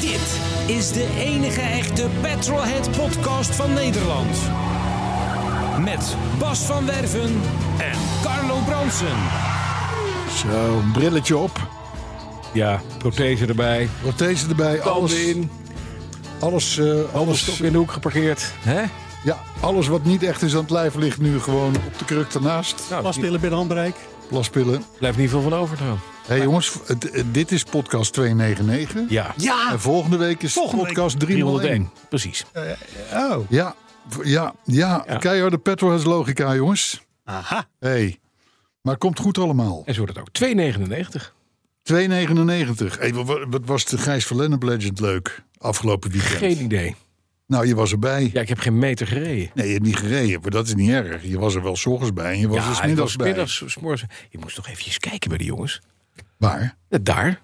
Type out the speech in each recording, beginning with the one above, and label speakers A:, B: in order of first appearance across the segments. A: Dit is de enige echte Petrolhead podcast van Nederland. Met Bas van Werven en Carlo Bronsen.
B: Zo, een brilletje op,
C: Ja, prothese erbij.
B: prothese erbij, alles
C: Tanden in.
B: Alles, eh, alles,
C: Stok in de hoek geparkeerd. Hè?
B: ja, alles wat niet echt is aan het lijf ligt nu gewoon op de kruk ernaast.
C: Nou,
D: Plaspillen binnen handbereik.
B: Plaspillen.
C: er blijft niet veel van over dan.
B: Hé hey, jongens, het- het- dit is podcast 299.
C: Ja.
B: En volgende week is
D: Volgende week
B: podcast 301.
C: 301. Precies.
D: Oh.
B: Ja, v- ja, ja,
C: Ja.
B: keiharde petrolheads logica jongens.
D: Aha.
B: Hé, hey. maar komt goed allemaal.
C: En zo wordt het ook. 2,99.
B: 299. Hey, wa- wa- wat was de Gijs van Lennep Legend leuk afgelopen weekend?
C: Geen idee.
B: Nou, je was erbij.
C: Ja, ik heb geen meter gereden.
B: Nee, je hebt niet gereden, maar dat is niet erg. Je was er wel 's ochtends bij en je was
C: ja,
B: er 's
C: het
B: middags
C: was
B: bij.
C: middags, 's morgens. Je moest toch eventjes kijken bij de jongens.
B: Maar,
C: Net Daar,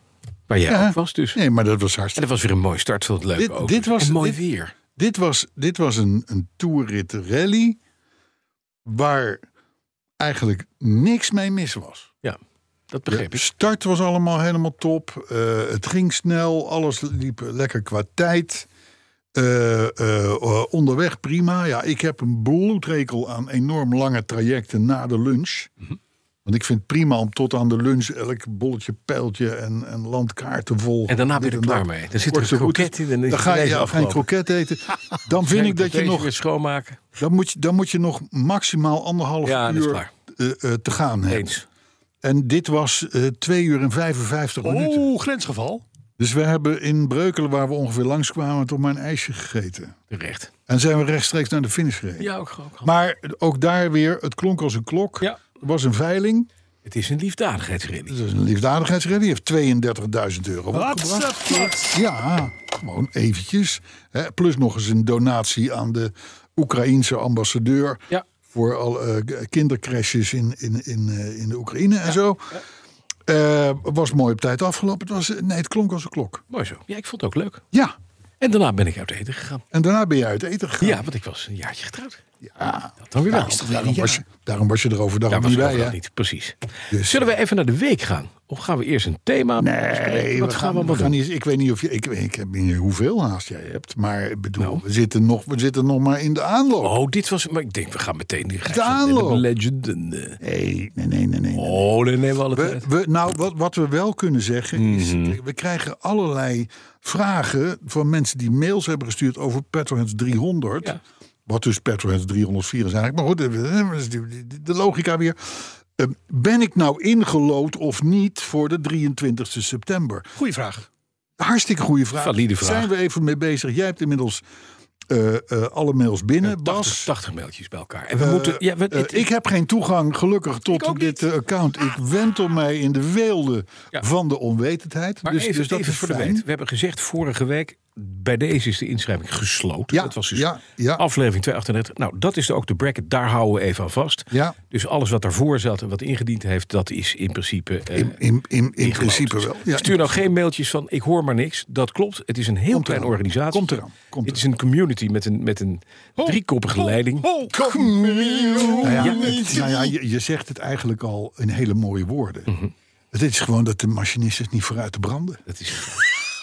C: waar jij
B: Ja.
C: ook was dus.
B: nee, maar dat was
C: En
B: hartstikke...
C: dat was weer een mooi start, vond het leuk
B: Dit-
C: ook.
B: dit was-
C: en mooi
B: dit-
C: weer.
B: Dit was, dit was een, een toerrit rally waar eigenlijk niks mee mis was.
C: Ja, dat
B: De
C: begreep ik.
B: start was allemaal helemaal top. eh, het ging snel, alles liep lekker qua tijd. Eh, eh, eh, onderweg prima. Ja, ik heb een bloedrekel aan enorm lange trajecten na de lunch.
C: Mhm.
B: Want ik vind het prima om tot aan de lunch elk bolletje, pijltje en, en landkaart te volgen.
C: En daarna ben je
B: Dit
C: er klaar
B: dat.
C: mee. Dan zit er
B: Korte
C: een kroket
B: routes.
C: in en dan is
B: Dan
C: het
B: ga je
C: ineens
B: ja, geen
C: afgelopen.
B: kroket eten. Dan vind ik dat je nog
C: weer schoonmaken.
B: dan moet, je, dan moet je nog maximaal anderhalf
C: Ja, dat is
B: uur
C: klaar.
B: eh, eh, te gaan hebben.
C: Eens.
B: En dit was eh 2 uur en 55 minuten.
D: Oh, grensgeval.
B: Dus we hebben in Breukelen, waar we ongeveer langskwamen, toch maar een ijsje gegeten.
C: Terecht.
B: En zijn we rechtstreeks naar de finish gereden.
C: Ja, ook, ook.
B: Maar ook daar weer, het klonk als een klok.
C: Ja.
B: Er was een veiling.
C: Het is een liefdadigheidsrally.
B: Dat is een liefdadigheidsrally. Die heeft 32.000 euro opgebracht.
D: Wat
B: Ja, gewoon eventjes. Hè, plus nog eens een donatie aan de Oekraïense ambassadeur.
C: Ja.
B: Voor al eh, k- kindercrashes in, in, in, eh, in de Oekraïne en zo. Eh, was mooi op tijd afgelopen. Het, was, eh, nee, het klonk als een klok.
C: Mooi zo. Ja, ik vond het ook leuk.
B: Ja,
C: En daarna ben ik uit eten gegaan.
B: en daarna ben je uit eten gegaan.
C: Ja, want ik was een jaartje getrouwd.
B: Ja. Nou,
C: Dat dan weer wel.
B: Daarom, daarom was je, daarom was je er overdag
C: Daar
B: ook
C: was
B: niet
C: ik
B: bij.
C: overdag
B: hè?
C: niet, precies.
B: Dus,
C: Zullen we even naar de week gaan? Of gaan we eerst een thema
B: Nee,
C: Wat
B: we
C: gaan we
B: we
C: maar doen?
B: niet, ik weet niet of je, ik, ik heb niet hoeveel haast jij hebt, maar ik bedoel, we, zitten nog, we zitten nog maar in de aanloop.
C: Nou. Oh, dit was... Maar ik denk, we gaan meteen... Die Gijs van
B: aanloop.
C: Lennep Legend. En, eh,
B: Nee, nee, nee, nee. nee.
C: oh, dan nemen we alle
B: We,
C: tijd.
B: we, nou, wat, wat we wel kunnen zeggen is,
C: Mhm.
B: eh, we krijgen allerlei vragen van mensen die mails hebben gestuurd over Petroheads 300.
C: Ja.
B: Wat dus Petroheads 304 is eigenlijk. Maar goed, eh, de, de- de logica weer. Eh, Ben ik nou ingelood of niet voor de 23 september?
D: Goeie
B: Eh,
D: vraag.
B: Hartstikke goede vraag.
C: Valide vraag.
B: Zijn we even mee bezig? Jij hebt inmiddels eh, eh, alle mails binnen,
C: 80,
B: Bas.
C: 80 mailtjes bij elkaar. En we moeten... Ja, we,
B: Eh,
C: het-
B: ik heb geen toegang, gelukkig, tot
C: Ik ook
B: dit eh, account. Ik wentel mij in de weelde
C: Ja.
B: van de onwetendheid.
C: maar
B: dus,
C: even,
B: dus dat
C: even
B: is
C: voor de
B: fijn.
C: weet. We hebben gezegd vorige week... Bij deze is de inschrijving gesloten.
B: Ja,
C: dat was dus
B: ja, ja.
C: aflevering 238. Nou, dat is ook de bracket. Daar houden we even aan vast.
B: Ja.
C: Dus alles wat daarvoor zat en wat ingediend heeft... dat is in principe... eh,
B: In, in, in, in
C: ingelood.
B: principe wel. Ja,
C: Stuur nou geen mailtjes van ik hoor maar niks. Dat klopt. Het is een heel kleine
B: eraan.
C: organisatie.
B: Komt eraan. Komt
C: Het is een community met een, met een driekoppige leiding.
D: Oh,
B: nou ja, het- nou ja, je, je zegt het eigenlijk al in hele mooie woorden.
C: Mhm.
B: Het is gewoon dat de machinist het niet vooruit te branden.
C: Dat is,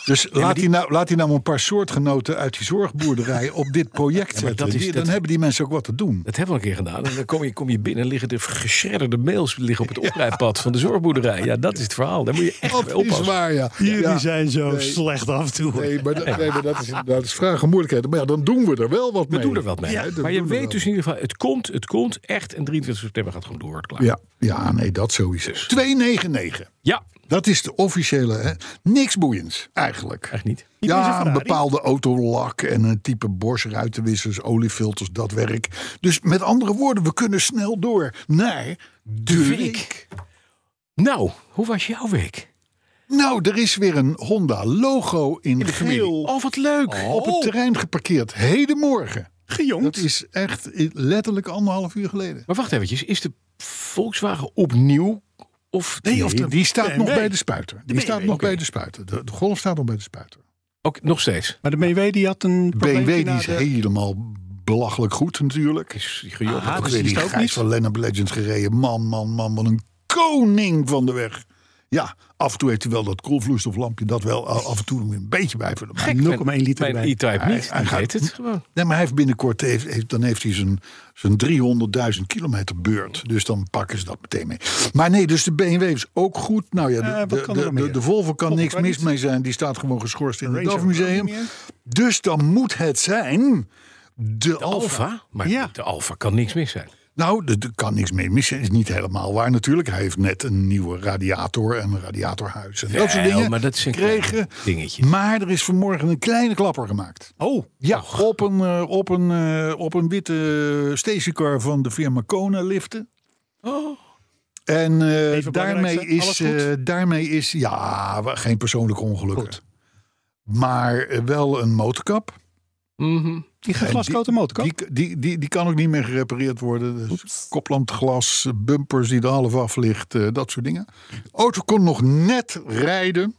B: Dus laat, die... nou, laat die nou een paar soortgenoten uit die zorgboerderij op dit project zetten.
C: dat is-
B: Die-
C: dat-
B: Dan hebben die mensen ook wat te doen.
C: dat hebben we een keer gedaan. En dan kom je, kom je binnen en liggen de geschredderde mails liggen op het oprijpad van de zorgboerderij. Ja, dat is het verhaal. Daar moet je echt
B: Dat
C: mee
B: is
C: oppassen.
B: waar, ja.
D: Jullie
B: Ja.
D: zijn zo
B: Nee.
D: slecht af en toe.
B: Nee, maar, dat- nee, maar dat is inderdaad is vraag en moeilijkheid. Maar ja, dan doen we er wel wat
C: We
B: mee.
C: doen er wat mee.
B: Ja, dat
C: maar je
B: doen we
C: weet
B: wel.
C: dus in ieder geval, het komt, het komt echt. En 23 september gaat gewoon door. Klaar.
B: Ja, ja, nee, dat sowieso. 299.
C: Ja,
B: Dat is de officiële. Hè? Niks boeiends, eigenlijk.
C: Echt niet.
D: is een
B: Ja, een
D: Ferrari.
B: bepaalde autolak en een type Bosch ruitenwissers, oliefilters, dat werk. Dus met andere woorden, we kunnen snel door naar de week.
C: Nou, hoe was jouw week?
B: Nou, er is weer een Honda logo in, geel
C: Oh, wat leuk.
B: op het terrein geparkeerd. Hedenmorgen.
D: Gejongd.
B: Dat is echt letterlijk anderhalf uur geleden.
C: Maar wacht eventjes, is de Volkswagen opnieuw? Of
B: Nee, of die staat nog
D: BMW.
B: bij de spuiter. Die staat nog bij de spuiter. De, de Golf staat nog bij de spuiter.
C: Ook nog steeds.
D: Maar de BMW die had een probleempje
B: BMW die
D: na
B: is
D: de-
B: helemaal belachelijk goed natuurlijk.
C: Is gejobberd.
D: Ah,
B: ook
D: dus
B: weer
D: die
B: die
D: is het ook
B: Gijs
D: niet.
B: van Lennep Legends gereden. Man, man, man, wat een koning van de weg. Ja, af en toe heeft hij wel dat koolvloeistoflampje. Dat wel a- af en toe moet je een beetje bijvullen. Maar,
D: 0,1 liter
C: Mijn
D: erbij.
C: E-Type
B: Hij-
C: niet.
B: hij
C: Hij
B: gaat-
C: weet het gewoon.
B: nee, maar hij heeft binnenkort heeft, heeft- dan heeft hij zijn, zijn 300.000 kilometer beurt. Dus dan pakken ze dat meteen mee. Maar nee, dus de BMW is ook goed. Nou ja, de,
D: Eh, wat
B: de,
D: kan er
B: de,
D: nog
B: de,
D: meer?
B: de Volvo kan
D: Volvo
B: niks
D: kan
B: mis
D: niet.
B: mee zijn. Die staat gewoon geschorst in het
D: Range
B: DAF
D: Rover ook
B: Museum.
D: niet meer.
B: Dus dan moet het zijn de, Alfa.
C: Alfa? Maar
D: Ja.
C: de Alfa kan niks mis zijn.
B: Nou, er er kan niks mee missen. Is niet helemaal waar natuurlijk. Hij heeft net een nieuwe radiator en een radiatorhuis. En dat soort
C: Wel,
B: dingen
C: maar dat is een
B: gekregen.
C: klein dingetje.
B: Maar er is vanmorgen een kleine klapper gemaakt.
D: Oh,
B: Ja, op een, eh, op een, eh, op een witte stationcar van de firma Kona liften.
C: Oh.
B: En eh,
D: Even
B: daarmee,
D: belangrijkste,
B: is,
D: alles goed?
B: eh, daarmee is, ja, wa- geen persoonlijk ongeluk. Maar eh, wel een motorkap.
C: Mhm.
D: die
B: En
D: geglascote motorkap.
B: Die, die, die, die kan ook niet meer gerepareerd worden. Dus koplampglas, bumpers die er half af ligt, eh, dat soort dingen. Auto kon nog net rijden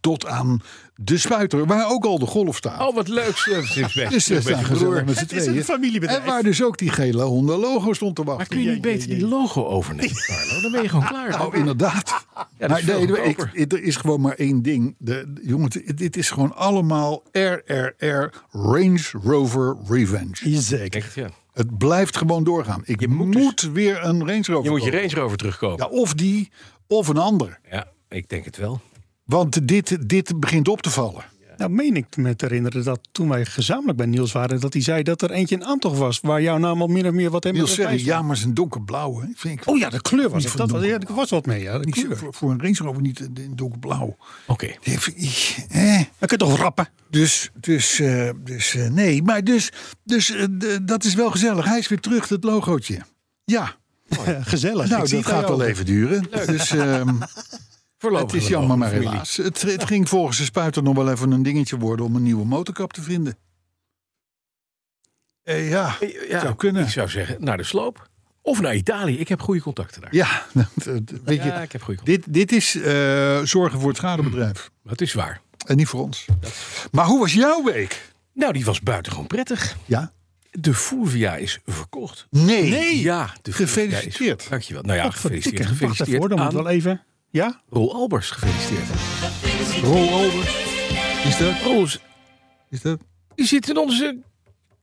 B: tot aan de spuiter, waar ook al de golf staat.
C: Oh, wat leuk. Ze hebben zich weg.
B: dus
C: Ze
B: ze
C: hebben
B: staan
C: zich door.
B: gezellig met z'n
D: het is een
B: tweeën.
D: familiebedrijf.
B: En waar dus ook die gele Honda logo stond te
C: Maar
B: wachten.
C: kun je niet beter die logo overnemen, Carlo? Dan ben je gewoon klaar.
B: Nou, inderdaad.
C: dat
B: maar
C: is veel
B: nee, ik,
C: goedkoper.
B: ik- er is gewoon maar één ding. De, de- jongens, dit- dit is gewoon allemaal RRR Range Rover Revenge.
C: Ik denk het, ja.
B: Het blijft gewoon doorgaan. Ik moet,
C: moet dus-
B: weer een Range Rover.
C: Je moet je
B: kopen.
C: Range Rover terugkopen.
B: ja, of die, of een ander.
C: Ja, ik denk het wel.
B: Want dit, dit begint op te vallen.
D: Nou, meen ik me te herinneren dat toen wij gezamenlijk bij Niels waren, dat hij zei dat er eentje in aantocht was waar jouw naam al min of meer wat helemaal
B: Niels Serre, ja, maar zijn donkerblauw. Hè? Vind ik
D: Oh ja, de kleur was
B: Niet
D: het.
B: van
D: Dat was, ja,
B: donker.
D: er was wat mee. Ja, de
B: niet zo-
D: kleur.
B: voor, voor een Range Rover niet in- in donkerblauw.
C: Oké.
B: Die vind ik- eh.
D: Dan kun je toch rappen?
B: Dus, dus, eh, dus eh, nee. Maar dus, dus eh, d- dat is wel gezellig. Hij is weer terug, dat logootje. Ja,
D: Gezellig.
B: nou,
D: Ik zie
B: dat
D: het aan
B: gaat
D: jou.
B: wel even duren. Dus ehm,
C: Voorlopig
B: het is
C: een
B: jammer,
C: logo,
B: maar
C: familie.
B: helaas. Het, het ging volgens de spuiter nog wel even een dingetje worden om een nieuwe motorkap te vinden. Eh, ja,
C: Ja,
B: zou kunnen.
C: Ik zou zeggen, naar de sloop. Of naar Italië. Ik heb goede contacten daar.
B: Ja, dat- dat- weet
C: Ja,
B: je,
C: ik heb goede contacten.
B: dit, dit is eh, zorgen voor het schadebedrijf.
C: Dat is waar.
B: En niet voor ons. Maar hoe was jouw week?
C: Nou, die was buitengewoon prettig.
B: Ja?
C: De Fulvia is verkocht.
B: Nee.
C: Ja, de
B: Gefeliciteerd.
C: Fulvia is- Dankjewel. Nou ja, gefeliciteerd.
D: Dikke, Wacht even
C: Gefeliciteerd
D: hoor, dan moet
C: aan
D: wel even. Ja?
C: Roel Albers. Gefeliciteerd.
B: Roll over. Is dat?
C: Roel,
B: Is dat?
C: die zit in onze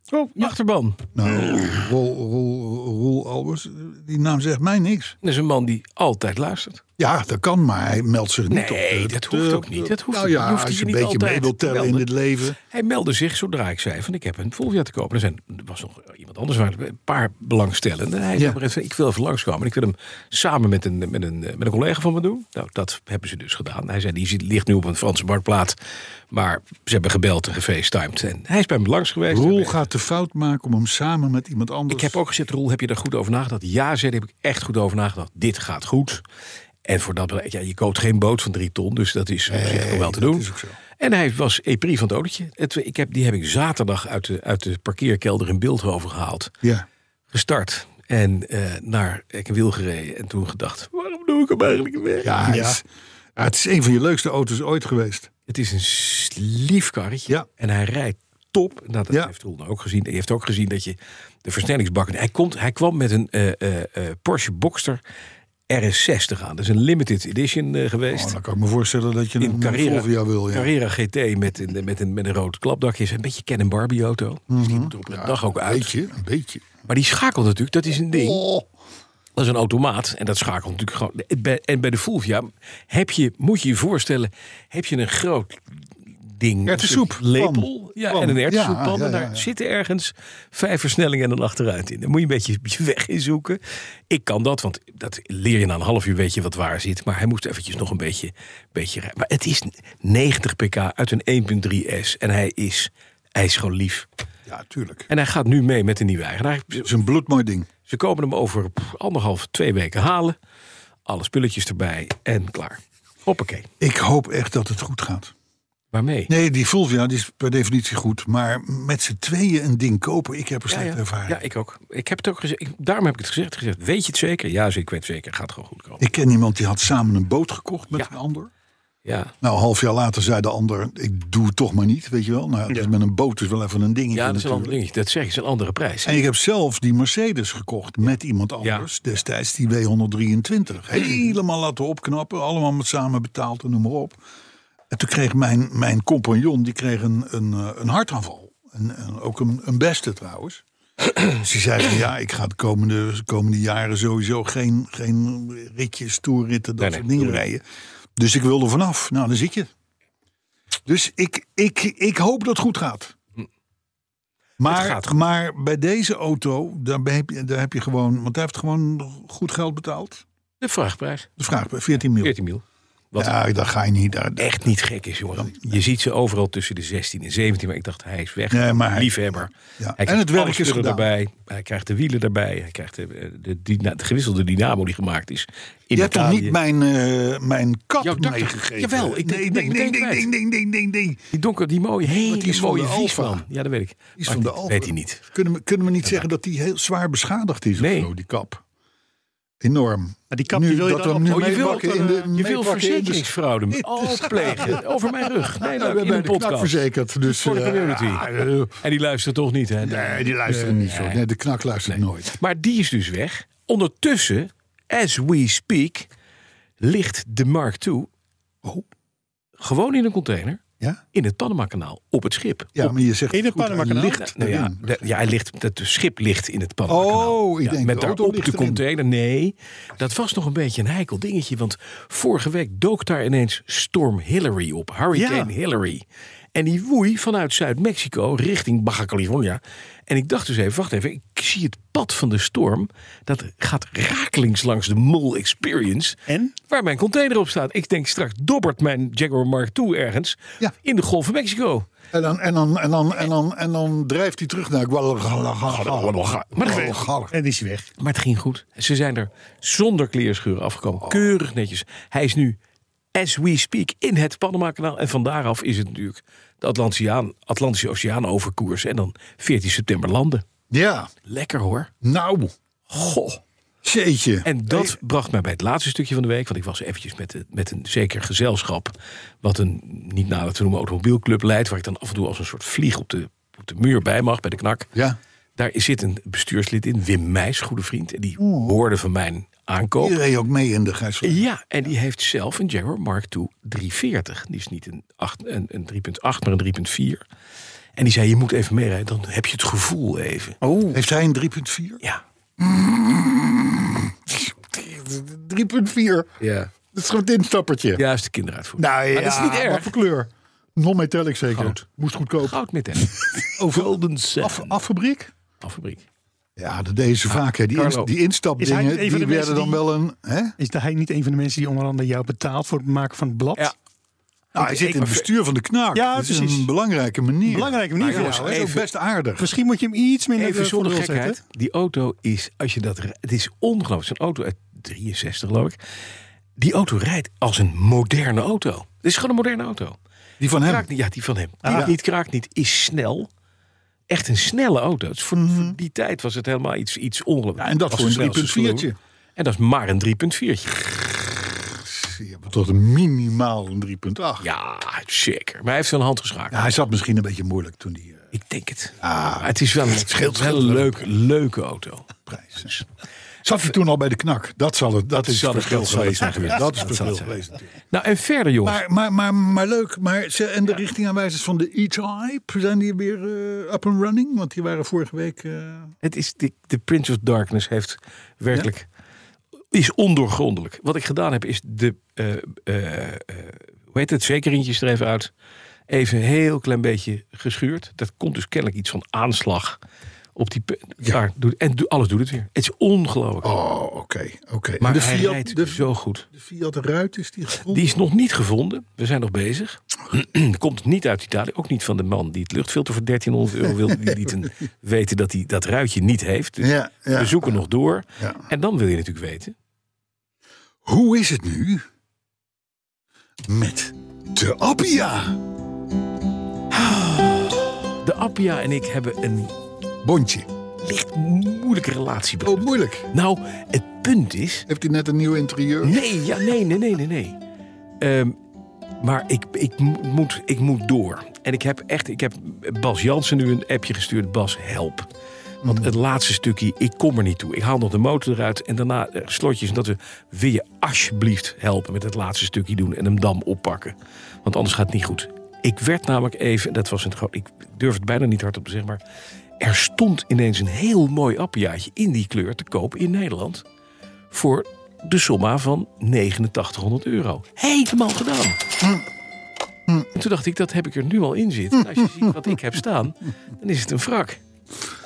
D: Oh,
C: achterban.
B: Nou, Roel, Roel, Roel Albers, die naam zegt mij niks.
C: Dat is een man die altijd luistert.
B: Ja, dat kan, maar hij meldt zich niet op.
C: Nee,
B: de-
C: dat
B: de-
C: hoeft ook niet. Dat hoeft
B: nou
C: ook niet.
B: ja,
C: Je hoeft
B: als
C: je
B: je een
C: niet
B: beetje mee
C: altijd
B: wilt
C: te
B: tellen in
C: melden.
B: het leven.
C: Hij meldde zich zodra ik zei van ik heb een Fulvia te kopen. Er, zijn, er was nog iemand anders, maar een paar belangstellenden. Hij zei
B: Ja.
C: maar even, ik wil even langskomen. En ik wil hem samen met een, met, een, met een collega van me doen. Nou, dat hebben ze dus gedaan. Hij zei, die zit- ligt nu op een Franse marktplaats. Maar ze hebben gebeld en gefacetimed. En hij is bij me langs geweest.
B: Roel
C: Hebben-
B: gaat de fout maken om hem samen met iemand anders...
C: ik heb ook gezegd, Roel, heb je daar goed over nagedacht? Ja, zei hij, heb ik echt goed over nagedacht. Dit gaat goed. En voor dat bereik, ja, je koopt geen boot van drie ton, dus dat is op zich nog wel te doen.
B: is ook zo.
C: En hij was EPRI van het autootje. Het, ik heb, die heb ik zaterdag uit de, uit de parkeerkelder in Beeldhoven gehaald.
B: Ja.
C: Gestart en eh, naar Eckenwiel gereden. En toen gedacht, waarom doe ik hem eigenlijk weg?
B: Ja, hij Is, ja, het is een van je leukste auto's ooit geweest.
C: Het is een s- lief karretje.
B: Ja.
C: En hij rijdt top. Nou, dat
B: Ja.
C: heeft Roel nou ook gezien. Hij heeft ook gezien dat je de versnellingsbak... Hij, komt, hij kwam met een eh, eh, eh, Porsche Boxster RS60 aan. Dat is een limited edition eh, geweest.
B: Oh, dan kan ik me voorstellen dat je
C: in
B: een
C: Carrera,
B: Volvia wil. Ja.
C: Carrera GT met een, met, een, met een rood klapdakje. Is Een beetje Ken en Barbie auto. Dus die moet er op de dag ook
B: Mhm. Een
C: uit.
B: beetje, een beetje.
C: Maar die schakelt natuurlijk. Dat is een ding.
B: Oh,
C: Dat is een automaat en dat schakelt natuurlijk gewoon. En bij- En bij de Fulvia heb je, moet je je voorstellen, heb je een groot ding.
B: Erwtensoep,
C: een soort lepel. Ja,
B: kwam.
C: en een ertessoep
B: Ja,
C: kwam.
B: ja,
C: En daar
B: ja, ja.
C: zitten ergens vijf versnellingen en een achteruit in. Daar moet je een beetje je weg in zoeken. Ik kan dat, want dat leer je na een half uur weet je wat waar zit. Maar hij moest eventjes nog een beetje, beetje rijden. Maar het is 90 pk uit een 1.3 S. En hij is, hij is gewoon lief.
B: Ja, tuurlijk.
C: En hij gaat nu mee met de nieuwe eigenaar.
B: Het is een bloedmooi ding.
C: Ze komen hem over pff, anderhalf, twee weken halen. Alle spulletjes erbij en klaar. Hoppakee.
B: Ik hoop echt dat het goed gaat.
C: Waarmee?
B: Nee, die Fulvia die is per definitie goed. Maar met z'n tweeën een ding kopen, ik heb er
C: Ja,
B: slecht
C: ja.
B: ervaring.
C: Ja, ik ook. Ik heb het ook gezegd. Ik- daarom heb ik het gezegd. gezegd. Weet je het zeker? Ja, zeker. Ik weet het zeker. Gaat gewoon goed komen.
B: Ik ken iemand die had samen een boot gekocht met
C: Ja.
B: een ander.
C: Ja.
B: Nou, een half jaar later zei de ander, ik doe het toch maar niet, weet je wel. Nou, het is
D: Ja.
B: met een boot is wel even een dingetje
C: Ja, dat is een ander
B: natuurlijk.
C: dingetje. Dat zeg ik, is een andere prijs.
B: En ik heb zelf die Mercedes gekocht met iemand anders destijds, die W123. Helemaal laten opknappen, allemaal met samen betaald en noem maar op. En toen kreeg mijn, mijn compagnon die kreeg een, een, eh, een hartaanval. En, en ook een, een beste trouwens. Dus die zei van, ja, ik ga de komende, komende jaren sowieso geen, geen ritjes, toerritten, dat
C: Nee, nee,
B: soort dingen
C: doe
B: rijden. Dus ik wilde vanaf. Nou, dan zit je. Dus ik, ik, ik hoop dat het goed gaat. Maar,
C: Het gaat
B: maar bij deze auto, daar heb, je, daar heb je gewoon... Want hij heeft gewoon goed geld betaald.
C: De vraagprijs.
B: De vraag, 14 miljoen.
C: 14 mil. Wat
B: Ja, daar ga je niet. Daar,
C: echt niet gek is, jongen. Je ziet ze overal tussen de 16 en 17. Maar ik dacht, hij is weg.
B: Nee, maar hij-
C: Liefhebber.
B: Ja.
C: Hij
B: En het werk is
C: er
B: gedaan.
C: erbij. Hij krijgt de wielen erbij. Hij krijgt de, eh, de, dyna- de gewisselde dynamo die gemaakt is. In
B: je hebt toch
C: Italië.
B: niet mijn, eh, mijn kap
C: Jouw dak-
B: meegegeven?
C: Jawel, ik denk-
B: nee,
C: ik
B: nee,
C: denk
B: nee,
C: meteen
B: nee, nee,
C: kwijt.
B: nee, nee, nee, nee.
C: Die donker, die mooie, hele
B: die is van
C: mooie
B: de Alfa.
C: Viesman. Ja, dat weet ik.
B: Die is
C: Maar
B: van de
C: dat
B: Alfa.
C: Weet hij niet.
B: Kunnen we, kunnen we niet zeggen dat die heel zwaar beschadigd is?
C: Nee.
B: Of zo, die kap. Enorm.
D: Maar die kap
B: Nu
D: die wil je
B: dat
D: dan
B: we hem
D: op...
B: nu
C: Oh, je wil,
B: meepakken in de-
C: je
D: eh,
B: meepakken in
C: wil
B: de-
C: verzekeringsfraude oh, plegen over mijn rug.
B: Nou,
C: Nee, nou,
B: we
C: in
B: hebben
C: een
B: de knak
C: podcast.
B: verzekerd. Dus,
C: Voor de
B: eh,
C: community.
B: ja, eh,
C: En die luistert toch niet, hè?
B: nee, die luisteren niet zo. Nee, de knak luistert nooit.
C: Maar die is dus weg. Ondertussen, as we speak, ligt de Mark II gewoon in een container
B: Ja?
C: in het Panama-kanaal op het schip.
B: Ja, maar je zegt
D: In het
B: goed, hij
D: Panama-kanaal?
B: ligt
C: Nou ja,
B: erin.
C: de- ja, hij ligt, het schip ligt in het Panama-kanaal.
B: Oh, ik
C: Ja,
B: denk
C: met
B: de auto
C: daarop
B: ligt
C: de
B: erin.
C: container. Nee, dat was nog een beetje een heikel dingetje. Want vorige week dook daar ineens Storm Hillary op. Hurricane
D: Ja.
C: Hillary. En die woei vanuit Zuid-Mexico richting Baja California. En ik dacht dus even, wacht even. Ik zie het pad van de storm. Dat gaat rakelings langs de Mol Experience.
D: En?
C: Waar mijn container op staat. Ik denk straks dobbert mijn Jaguar Mark II ergens.
B: Ja.
C: In de Golf van Mexico.
B: En dan, en, dan, en, dan, en, dan, en dan drijft hij terug naar
C: Oh,
B: Guadalajara.
C: Maar dat-
B: Guadalajara.
D: En die is weg.
C: Maar het ging goed. Ze zijn er zonder kleerscheuren afgekomen. Keurig netjes. Hij is nu, as we speak, in het Panama-kanaal. En van daaraf is het natuurlijk de Atlantische Oceaan, Atlantische Oceaan overkoers. En dan 14 september landen.
B: Ja,
C: Lekker hoor.
B: nou,
C: Goh.
B: jeetje.
C: En dat bracht mij bij het laatste stukje van de week. Want ik was eventjes met, de- met een zeker gezelschap. Wat een niet nader te noemen automobielclub leidt. Waar ik dan af en toe als een soort vlieg op de, op de muur bij mag. Bij de knak.
B: Ja,
C: Daar zit een bestuurslid in. Wim Meijs, goede vriend. En die hoorde van mijn aankoop.
B: die reed ook mee in de Gijs.
C: Ja, en die heeft zelf een Jaguar Mark II 340. Die is niet een, acht- een, een 3.8, maar een 3.4. En die zei, je moet even meerijden, dan heb je het gevoel even.
D: Oh,
B: Heeft hij een 3.4?
C: Ja.
B: 3.4.
C: Ja.
B: Dat is gewoon een instappertje.
C: Juist de kinderuitvoer.
B: Nou ja,
C: Maar dat is niet
B: Wat
C: erg.
B: voor kleur? Non-metallic zeker.
C: Goud.
B: Moest goedkoop.
C: Goud met hem. Golden
B: Af,
C: Seven.
B: affabriek?
C: Affabriek.
B: Ja, dat deden ze vaak. Hè. Die,
C: Carlo.
B: inst- die
D: Is hij
B: instapdingen
D: niet een
B: die
D: van
B: werden
D: de mensen
B: dan
D: die-
B: wel een... Hè?
D: is hij niet een van de mensen die onder andere jou betaalt voor het maken van het blad?
C: Ja.
B: Nou, hij zit in het bestuur van de knaak.
D: Ja,
B: dat is
D: precies.
B: een belangrijke manier.
D: Belangrijke manier
B: Ja,
D: voor jou,
B: hij is
D: hè?
B: ook best aardig.
D: Misschien moet je hem iets minder
C: Even
D: voor
C: zonder
D: de lul zetten.
C: gekheid. Die auto is, als je dat... ri- Het is ongelooflijk. Het is een auto uit 63, geloof ik. Die auto rijdt als een moderne auto. Het is gewoon een moderne auto.
B: Die van hem.
C: Kraakt niet, ja, die van hem. Die niet kraakt niet, is snel. Echt een snelle auto. Het is voor, voor die tijd was het helemaal iets, iets ongelooflijk.
B: Mhm. Ja, en dat
C: Was
B: voor
C: de
B: een
C: snelste
B: 3.4'tje.
C: sloer. En dat is maar een 3.4'tje.
B: Je hebt Tot een minimaal een 3.8.
C: Ja, zeker. Maar hij heeft zijn hand geschraakt.
B: Ja, hij zat misschien een beetje moeilijk toen die eh,
C: Ik denk het. Maar het is wel een, wel een leuk, leuke auto.
B: prijs. hè. Zat hij toen al bij de knak? Dat zal het. Dat, is
C: zal
B: het
C: het-
B: verschil
C: dat zal
B: geweest.
C: het zijn geweest.
B: Dat is
C: Dat
B: het
C: zal
B: verschil
C: het
B: geweest.
C: Nou, en verder jongens.
B: Maar, maar, maar, maar leuk. Maar, ze- en de richtingaanwijzers van de E-Type, zijn die weer eh, up and running? Want die waren vorige week... eh,
C: Het is, de, de Prince of Darkness heeft werkelijk... Is ondoorgrondelijk. Wat ik gedaan heb is de... eh, eh, eh, hoe heet het? Zekeringjes er even uit. even een heel klein beetje geschuurd. Dat komt dus kennelijk iets van aanslag op die... pe- Daar, doet- en do- alles doet het weer. Het is ongelooflijk.
B: Oh, oké. oké. En
C: maar
B: de
C: hij
B: Fiat,
C: rijdt dus
B: de,
C: zo goed.
B: de Fiat Ruit is die gevonden?
C: Die is nog niet gevonden. We zijn nog bezig. Komt niet uit Italië. Ook niet van de man die het luchtfilter voor 1300 euro wilde. Die liet een- weten dat hij dat ruitje niet heeft. Dus
B: Ja, ja.
C: we zoeken nog door.
B: Ja.
C: En dan wil je natuurlijk weten.
B: Hoe is het nu met de Appia?
C: De Appia en ik hebben een
B: Bontje.
C: licht moeilijke relatie.
B: Oh, moeilijk.
C: Nou, het punt is...
B: Heeft hij net een nieuw interieur?
C: Nee, ja, nee, nee, nee, nee, nee. Ehm, maar ik, ik, mo- moet, ik moet door. En ik heb echt, ik heb Bas Jansen nu een appje gestuurd. Bas, help. Want het laatste stukje, ik kom er niet toe. Ik haal nog de motor eruit en daarna eh, slotjes. En dat we, wil je alsjeblieft helpen met het laatste stukje doen en hem dam oppakken. Want anders gaat het niet goed. Ik werd namelijk even, dat was een, gro- ik durf het bijna niet hardop te zeggen, maar er stond ineens een heel mooi appiaatje in die kleur te koop in Nederland voor de somma van 8900 euro. Helemaal gedaan. En toen dacht ik, dat heb ik er nu al in zitten. En als je ziet wat ik heb staan, dan is het een wrak.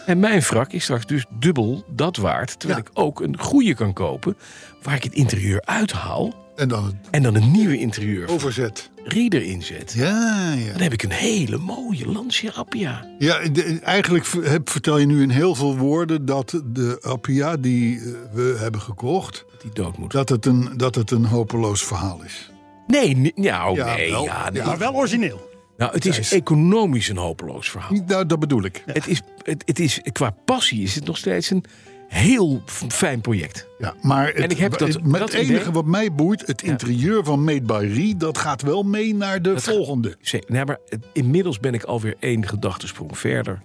C: En mijn wrak is straks dus dubbel dat waard. Terwijl
B: Ja.
C: ik ook een goede kan kopen waar ik het interieur uithaal...
B: En dan het
C: en dan een nieuwe interieur
B: Oh.
C: van
B: overzet.
C: Reader inzet.
B: Ja, ja.
C: Dan heb ik een hele mooie Lancia Appia.
B: Ja, de- eigenlijk v- heb, vertel je nu in heel veel woorden dat de Appia die eh, we hebben gekocht,
C: Die dood moet.
B: dat het een, dat het een hopeloos verhaal is.
C: Nee, nee, nou,
B: Ja,
C: nee.
B: wel.
C: Ja, nee.
B: Ja.
D: Maar wel origineel.
C: Nou, het is economisch een hopeloos verhaal.
B: Nou, dat bedoel ik.
C: Het is, het, het is, qua passie is het nog steeds een heel f- fijn project.
B: Ja, maar het,
C: ik heb dat-
B: het, maar
C: dat
B: het enige
C: idee-
B: wat mij boeit, het interieur van Made by Rie, dat gaat wel mee naar de volgende.
C: Ze- Nee, maar het- inmiddels ben ik alweer één gedachtesprong verder.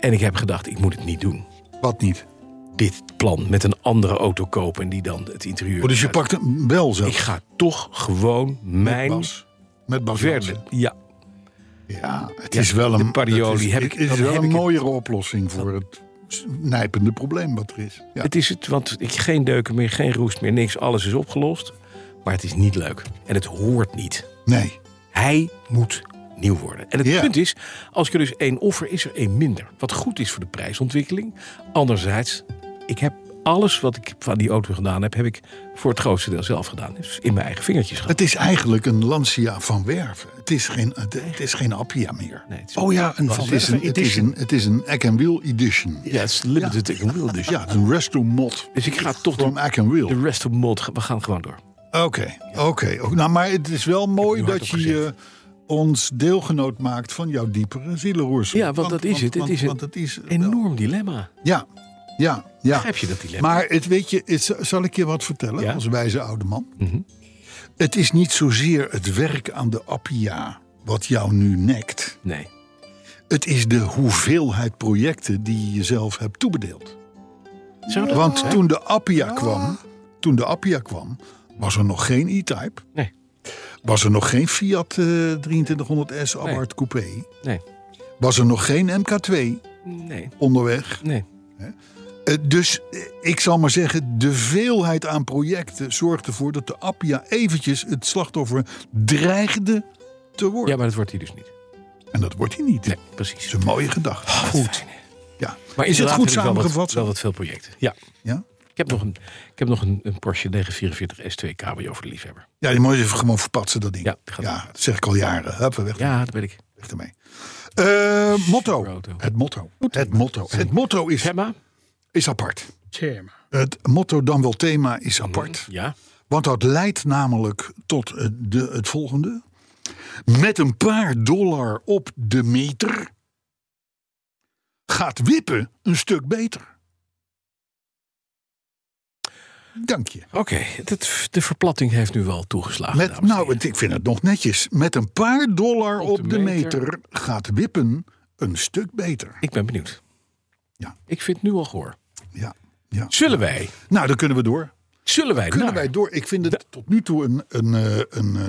C: En ik heb gedacht, ik moet het niet doen.
B: Wat niet?
C: Dit plan met een andere auto kopen en die dan het interieur...
B: Oh, dus je pakt hem wel zo.
C: Ik ga toch gewoon mijn...
B: Bas. Met Bas
C: Verder.
B: Jansen.
C: Ja,
B: Ja, het
C: Ja,
B: is wel
C: de
B: een,
C: Parioli
B: het is,
C: heb ik-
B: het is
C: dan
B: wel
C: heb
B: een
C: ik het.
B: mooiere oplossing voor het nijpende probleem wat er is. Ja.
C: het is het. Want ik, geen deuken meer, geen roest meer, niks. Alles is opgelost. Maar het is niet leuk. En het hoort niet.
B: Nee.
C: Hij moet nieuw worden. En het
B: Ja.
C: punt is, als ik er dus één offer, is er één minder. Wat goed is voor de prijsontwikkeling. Anderzijds, ik heb alles wat ik van die auto gedaan heb... heb ik voor het grootste deel zelf gedaan. Dus in mijn eigen vingertjes gehad.
B: Het is eigenlijk een Lancia van Werven. Het is geen, het, het is geen Appia meer.
C: Nee, het is-
D: Oh ja, een
B: Het is een, het is een, het is een Egg and Wheel edition.
C: Ja, het is limited ik wil dus.
B: Ja, het is een resto mod
C: Dus ik ga toch
B: van
C: de,
B: Egg and Wheel.
C: de rest of mod... We gaan gewoon door.
B: Oké, oké. Ook- Nou, maar het is wel mooi
C: nu hard
B: dat
C: op
B: je eh, ons deelgenoot maakt van jouw diepere zielenroers.
C: Ja, want dat is het. Het
B: Want,
C: is een
B: want het is
C: Enorm dilemma.
B: Ja, ja, ja.
C: Begrijp je dat dilemma?
B: Maar het, weet je, het, zal ik je wat vertellen
C: Ja. Mhm.
B: als wijze oude man? Het is niet zozeer het werk aan de Appia wat jou nu nekt.
C: Nee.
B: Het is de hoeveelheid projecten die je jezelf hebt toebedeeld.
C: Zou dat
B: Want toen de Appia kwam, toen de Appia kwam, was er nog geen E-Type.
C: Nee.
B: Was er nog geen Fiat eh, 2300S Abarth Coupé.
C: Nee.
B: Was er nog geen MK2
C: Nee.
B: onderweg.
C: Nee.
B: Eh, dus eh, ik zal maar zeggen, de veelheid aan projecten zorgt ervoor dat de Appia eventjes het slachtoffer dreigde te worden.
C: Ja, maar dat wordt hier dus niet.
B: En dat wordt hij niet.
C: Nee,
B: Dat
C: precies.
B: is een mooie gedachte. Goed.
C: fijn, hè.
B: Ja.
C: Maar
B: is het
C: inderdaad
B: goed
C: heb ik wel wat-
B: samengevat?
C: Wel wat veel projecten. Ja.
B: ja?
C: Ik heb nog een, ik heb nog een, een Porsche 944 S2 Cabrio voor de liefhebber.
B: ja, die moet je even gewoon verpatsen, dat ding.
C: Ja, gaat-
B: dat zeg ik al jaren. Hup, weg.
C: Ja, dat weet ik.
B: Weg ermee. Eh, motto.
C: Roto.
B: Het motto. Het motto. Het motto is,
C: Gemma?
B: is apart. Het motto dan wel thema is
C: Mhm.
B: apart.
C: Ja.
B: Want dat leidt namelijk tot eh, de, het volgende. Met een paar dollar op de meter gaat wippen een stuk beter. Dank je.
C: Oké, dat- de verplatting heeft nu wel toegeslagen.
B: Met,
C: dames en
B: nou,
C: heren.
B: het- ik vind het nog netjes. Met een paar dollar op,
C: Op de
B: de
C: meter.
B: meter gaat wippen een stuk beter.
C: Ik ben benieuwd.
B: Ja.
C: Ik vind het nu al gehoor.
B: Ja, ja.
C: Zullen wij?
B: Nou, dan kunnen we door.
C: Zullen wij?
B: Kunnen
C: naar-
B: wij door? Ik vind het tot nu toe een, een, eh, een, eh,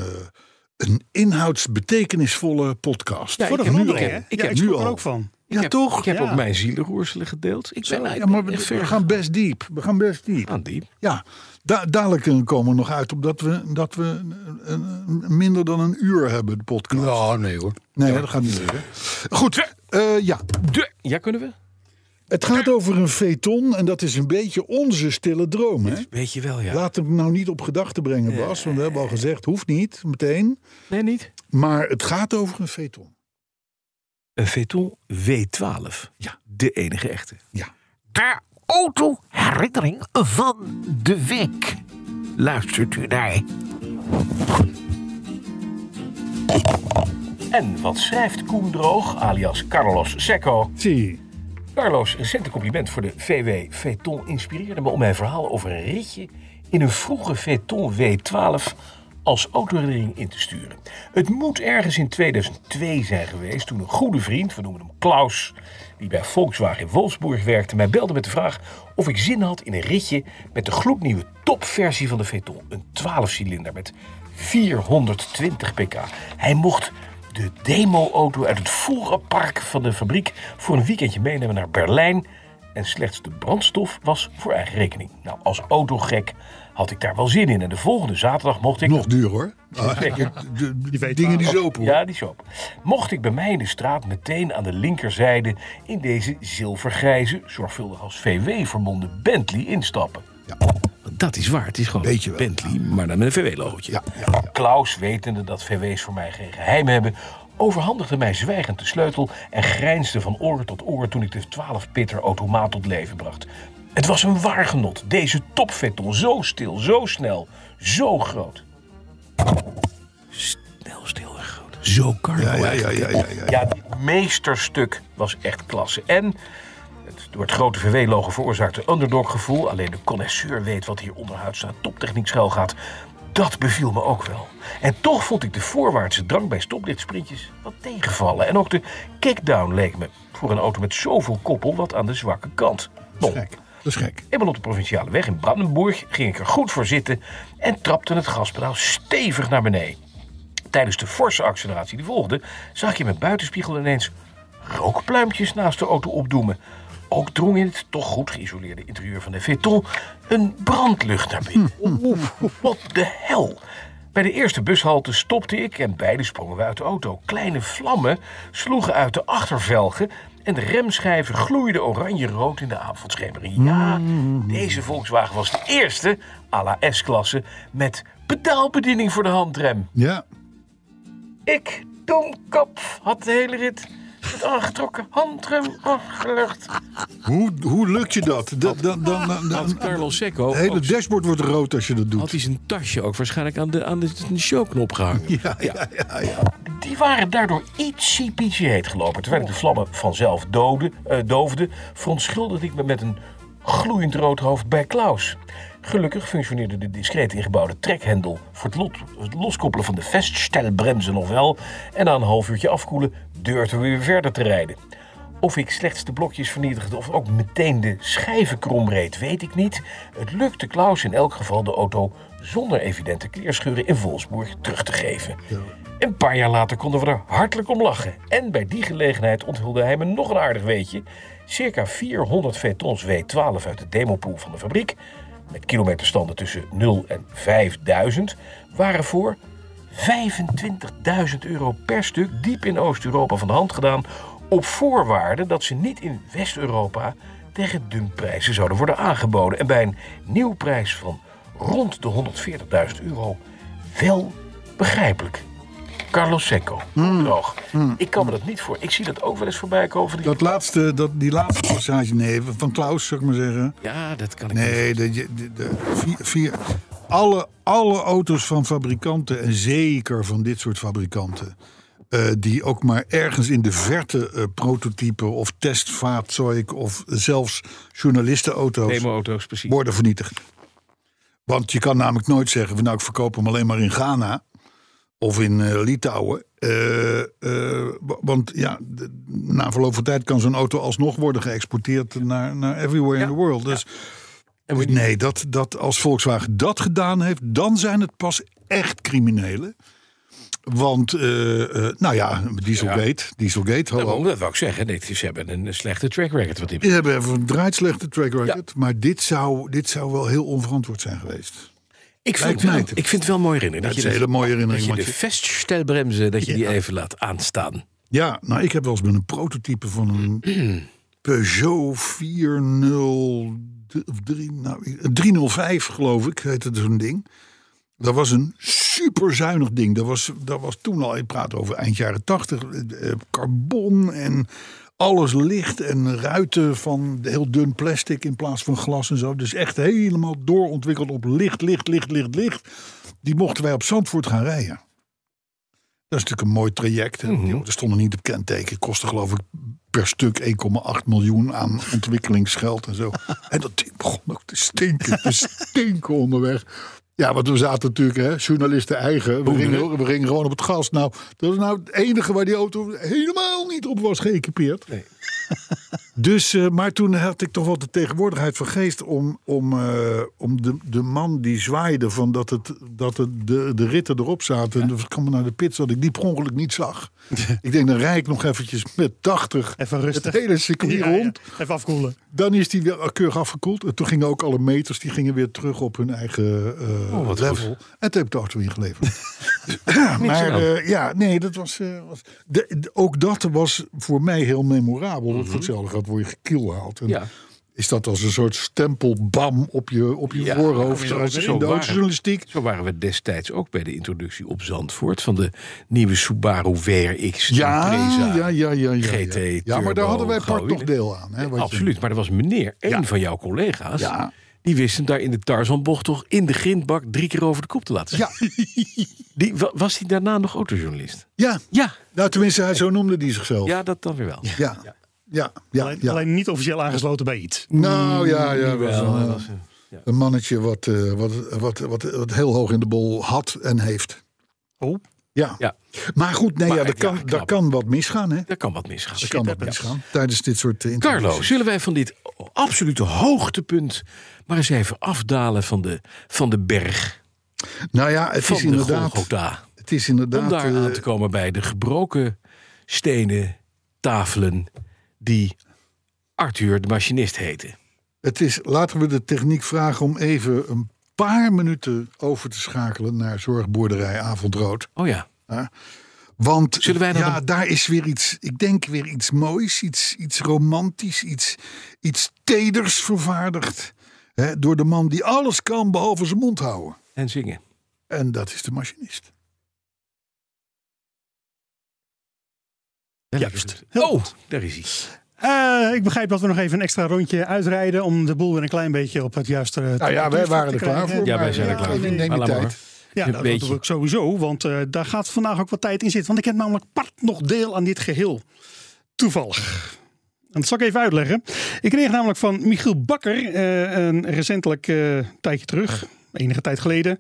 B: een inhoudsbetekenisvolle podcast.
C: Ja,
D: Voor de
C: ik heb-
D: verandering,
C: ik
D: hè?
C: heb- ik
D: Ja,
C: heb-
D: ik schrok
B: nu
D: er
B: al.
D: ook van.
B: Ja, toch?
C: Ik heb
D: Ja.
C: ook mijn zielenroerselen gedeeld. Ik ben
B: Ja, maar we,
C: echt ver
B: we gaan best diep. We gaan best diep.
C: gegaan, diep.
B: Ja, da- dadelijk eh, komen we nog uit op dat we, dat we een- een- minder dan een uur hebben, de podcast.
E: Nou, nee hoor.
B: Nee, dat gaat niet lukken. Goed, eh, ja.
C: De, ja, kunnen we?
B: Het gaat over een feton en dat is een beetje onze stille droom. Hè?
C: Weet je wel, ja.
B: Laat hem nou niet op gedachten brengen, Bas. Want we hebben al gezegd, hoeft niet, meteen.
C: Nee, niet.
B: Maar het gaat over een feton.
C: Een Veton W12. Ja. De enige echte.
F: De auto-herinnering van de week. Luistert u naar.
C: En wat schrijft Koen Droog, alias Carlos Secco?
B: Zie.
C: Carlos, recente compliment voor de VW Veton inspireerde me om mijn verhaal over een ritje in een vroege Veton W12 als autoherinnering in te sturen. Het moet ergens in 2002 zijn geweest toen een goede vriend, we noemen hem Klaus, die bij Volkswagen in Wolfsburg werkte, mij belde met de vraag of ik zin had in een ritje met de gloednieuwe topversie van de Veton, een 12-cilinder met 420 pk. Hij mocht de demo-auto uit het voerenpark van de fabriek voor een weekendje meenemen naar Berlijn. En slechts de brandstof was voor eigen rekening. Nou, als autogek had ik daar wel zin in. En de volgende zaterdag mocht ik.
B: Nog duur hoor. Ah,
C: Zeker.
B: de- de-
D: Je weet
B: dingen
D: waar.
B: die zo
C: Ja, die soap. Mocht ik bij mij in de straat meteen aan de linkerzijde in deze zilvergrijze, zorgvuldig als VW verbonden Bentley instappen. Dat is waar, het is gewoon
B: Beetje wel.
C: Bentley, maar dan met een VW-logotje.
B: Ja, ja.
C: Klaus, wetende dat VW's voor mij geen geheim hebben, overhandigde mij zwijgend de sleutel en grijnsde van oor tot oor toen ik de 12-pitter automaat tot leven bracht. Het was een waar genot, deze topvetel, zo stil, zo snel, zo groot. Snel, stil en groot. Zo Carlo
B: Ja, ja, ja,
C: eigenlijk,
B: ja,
C: hè?
B: ja, ja.
C: Ja, dit meesterstuk was echt klasse. En het door het grote VW-logo veroorzaakte underdog-gevoel... alleen de connoisseur weet wat hier onderhuids aan toptechniek schuil gaat... dat beviel me ook wel. En toch vond ik de voorwaartse drang bij stoplihtsprintjes wat tegenvallen. En ook de kickdown leek me voor een auto met zoveel koppel wat aan de zwakke kant. Nou,
B: Gek. Dat is gek.
C: Eenmaal op de provinciale weg in Brandenburg ging ik er goed voor zitten en trapte het gaspedaal stevig naar beneden. Tijdens de forse acceleratie die volgde, zag ik in mijn buitenspiegel ineens rookpluimpjes naast de auto opdoemen. Ook drong in het toch goed geïsoleerde interieur van de Veton een brandlucht naar binnen. Wat de hel! Bij de eerste bushalte stopte ik en beide sprongen we uit de auto. Kleine vlammen sloegen uit de achtervelgen en de remschijven gloeiden oranje-rood in de avondschemering. Ja, deze Volkswagen was de eerste, à la S-klasse, met pedaalbediening voor de handrem.
B: Ja,
C: Ik, domkap, had de hele rit met aangetrokken handrem afgelegd.
B: Hoe, hoe lukt je dat? Dat- dan, dan, dan, dan-
E: Had Carlo Secco
B: het hele
E: ook-
B: dashboard wordt rood als je dat
E: had
B: doet.
E: hij zijn tasje ook waarschijnlijk aan de, aan de showknop gehangen.
B: Ja, ja, ja, ja.
C: Die waren daardoor ietsie pietsie heet gelopen. Terwijl ik de vlammen vanzelf doden, eh, doofde, verontschuldigde ik me met een gloeiend rood hoofd bij Klaus. Gelukkig functioneerde de discreet ingebouwde trekhendel voor het, lot- het loskoppelen van de veststelbremsen nog wel. En na een half uurtje afkoelen durfden we weer verder te rijden. Of ik slechts de blokjes vernietigde of ook meteen de schijven kromreed, weet ik niet. Het lukte Klaus in elk geval de auto zonder evidente kleerscheuren in Wolfsburg terug te geven. Een paar jaar later konden we er hartelijk om lachen. En bij die gelegenheid onthulde hij me nog een aardig weetje. Circa 400 vetons W12 uit de demopool van de fabriek, met kilometerstanden tussen 0 en 5000, waren voor 25.000 euro per stuk diep in Oost-Europa van de hand gedaan. op voorwaarde dat ze niet in West-Europa tegen dumpprijzen zouden worden aangeboden. En bij een nieuwprijs van rond de 140.000 euro wel begrijpelijk. Carlos Secco,
B: Hmm.
C: droog. Ik kan me dat niet voor. Ik zie dat ook wel eens voorbij komen. van die-
B: Dat laatste, dat, die laatste passage, nee, van Klaus, zou ik maar zeggen.
E: Ja, dat kan ik niet.
B: Nee, de, je- de, de- vier, vier, alle, alle auto's van fabrikanten, en zeker van dit soort fabrikanten, eh, die ook maar ergens in de verte eh, prototypen of testvaartzeug of zelfs journalistenauto's
C: Demo-auto's, precies.
B: worden vernietigd. Want je kan namelijk nooit zeggen, van, nou ik verkoop hem alleen maar in Ghana of in eh, Litouwen. Eh, eh, wa- want ja, de- na verloop van tijd kan zo'n auto alsnog worden geëxporteerd naar, naar everywhere in the world. Dus, dus nee, dat, dat als Volkswagen dat gedaan heeft, dan zijn het pas echt criminelen. Want, eh, eh, nou ja, Dieselgate, Dieselgate,
C: Dat,
B: hallo.
C: wou- dat wou ik zeggen. Nee, ze hebben een slechte track record. Wat dit
B: Die hebben even een draait slechte track record. Maar dit zou, dit zou wel heel onverantwoord zijn geweest.
C: Ik vind,
B: Lijkt
C: het wel,
B: mij.
C: ik vind het wel mooi herinneren.
B: Dat
C: Dat,
B: is
C: je
B: een
C: de-
B: hele mooie
C: dat
B: herinnering.
C: je
B: want
C: de
B: je-
C: veststelbremsen, dat je die even laat aanstaan.
B: Ja, nou, ik heb wel eens met een prototype van een Peugeot 403, of drie- nou, eh, 305, geloof ik, heette zo'n ding. Dat was een superzuinig ding. Dat was, dat was toen al, ik praat over eind jaren 80, eh, eh, carbon en alles licht en ruiten van heel dun plastic in plaats van glas en zo. Dus echt helemaal doorontwikkeld op licht, licht, licht, licht, licht. Die mochten wij op Zandvoort gaan rijden. Dat is natuurlijk een mooi traject. hè. Die- Er stonden niet op kenteken. Kostte geloof ik per stuk 1,8 miljoen aan ontwikkelingsgeld en zo. en dat ding begon ook te stinken. Te stinken onderweg. Ja, want we zaten natuurlijk, hè, journalisten eigen. We gingen, we gingen gewoon op het gas. Nou, dat is nou het enige waar die auto helemaal niet op was geëquipeerd. Dus, eh, maar toen had ik toch wel de tegenwoordigheid van geest om, om, eh, om de, de man die zwaaide van dat, het, dat het de, de ritten erop zaten. En dus kwam ik naar de pits dat ik die per ongeluk niet zag. ik denk, dan rijd ik nog eventjes met 80
D: Even rustig.
B: het hele circuit
D: Ja, ja.
B: rond.
D: Even afkoelen.
B: Dan is die weer keurig afgekoeld. En toen gingen ook alle meters die gingen weer terug op hun eigen eh,
C: Oh,
B: level. En toen heb ik de auto ingeleverd. ja, maar eh, ja, nee, dat was. eh, was de, de- ook dat was voor mij heel memorabel. Want Voor hetzelfde geld word je gekielhaald. En
C: Mhm. Ja.
B: Is dat als een soort stempel bam op je, op je
C: Ja,
B: voorhoofd?
C: zo-
B: Zoals
C: zo
B: in de
C: waren-
B: autojournalistiek.
C: Zo waren we destijds ook bij de introductie op Zandvoort van de nieuwe Subaru WRX.
B: Ja,
C: Impreza.
B: ja, ja, ja, ja.
C: GT
B: ja. ja, maar daar
C: turbo,
B: hadden wij part
C: gouden
B: toch
C: wielen.
B: deel aan. Hè, wat je-
C: Absoluut, maar er was meneer, één van jouw collega's,
B: Ja.
C: die wist hem daar in de Tarzanbocht toch in de grindbak drie keer over de kop te laten.
B: Ja,
C: Die, wa- was hij daarna nog autojournalist?
B: ja.
C: Ja,
B: Nou, tenminste, hij, zo noemde die zichzelf.
C: ja dat dan weer wel.
B: Ja, ja, ja. ja,
D: alleen, alleen niet officieel aangesloten bij iets.
B: Nou ja, ja was
C: Wel,
B: een,
C: dat was, eh, ja.
B: een mannetje wat, eh, wat, wat, wat, wat heel hoog in de bol had en heeft.
D: Oh.
B: Ja.
C: Ja.
B: Maar goed, nee,
C: Maar
B: ja, er,
C: ja,
B: kan,
C: knap.
B: daar kan wat misgaan, hè?
C: Daar kan wat misgaan.
B: Er kan wat misgaan tijdens dit soort eh, interviews.
C: Carlo, zullen wij van dit absolute hoogtepunt maar eens even afdalen van de, van de berg
B: Nou ja, het
C: van
B: is
C: de
B: inderdaad...
C: Golgotha?
B: Het is inderdaad...
C: Om daar
B: eh,
C: aan te komen bij de gebroken stenen tafelen die Arthur de machinist heette.
B: Het is, laten we de techniek vragen om even een paar minuten over te schakelen... naar zorgboerderij Avondrood.
C: Oh ja,
B: Want
C: Zullen wij dan
B: ja,
C: een-
B: daar is weer iets, ik denk weer iets moois, iets, iets romantisch, iets, iets teders vervaardigd. Hè, door de man die alles kan behalve zijn mond houden.
C: en zingen.
B: En dat is de machinist.
C: Juist.
D: Heel
C: Oh, daar is hij.
D: Eh, ik begrijp dat we nog even een extra rondje uitrijden om de boel weer een klein beetje op het juiste. eh,
B: Nou ja, wij
D: toestand
B: waren
D: te
B: er klaar
D: krijgen.
B: voor.
C: Ja,
B: maar
C: wij zijn er klaar voor.
B: neem- Neem
C: Maar
B: je
C: laat maar
B: tijd.
D: Ja, nou,
C: Een
D: dat
C: beetje.
D: doe ik sowieso, want eh, daar gaat vandaag ook wat tijd in zitten. Want ik heb namelijk part nog deel aan dit geheel. Toevallig. En dat zal ik even uitleggen. Ik kreeg namelijk van Michiel Bakker, eh, een recentelijk eh, tijdje terug, enige tijd geleden.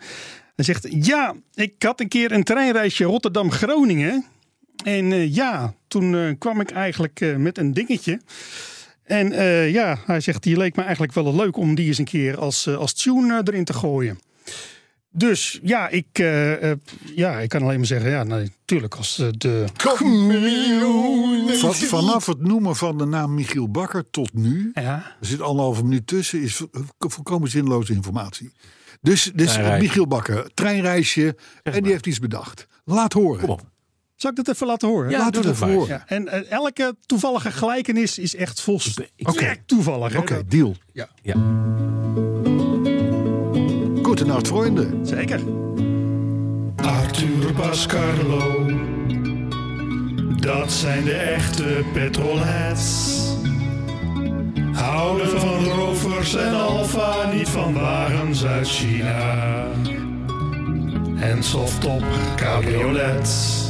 D: Hij zegt, ja, ik had een keer een treinreisje Rotterdam-Groningen. En eh, ja, toen eh, kwam ik eigenlijk eh, met een dingetje. En eh, ja, hij zegt, die leek me eigenlijk wel leuk om die eens een keer als, eh, als tune eh, erin te gooien. Dus ja, ik, eh, eh, ja, ik kan alleen maar zeggen, ja, natuurlijk als eh, de...
B: Van- vanaf het noemen van de naam Michiel Bakker tot nu,
D: Ja,
B: er zit anderhalve minuut tussen, is vo- volkomen zinloze informatie. Dus, dus
C: Treinreisje.
B: Michiel Bakker, treinreisje, en die heeft iets bedacht. Laat horen.
C: Kom op.
D: zal ik dat even laten horen?
C: Ja,
B: Laten
C: doe
B: we
C: dat
B: ervoor
C: maar.
B: horen.
D: Ja, en eh, elke toevallige gelijkenis is echt volstrekt
B: Oké.
D: toevallig. hè?
B: Oké, deal. Ja.
C: Ja.
B: Goedenacht, vrienden.
D: Dat- zeker.
G: Arthur Pascarlo. Dat zijn de echte petrolheads. Houden van rovers en alfa, niet van wagens uit China. En softtop cabriolets.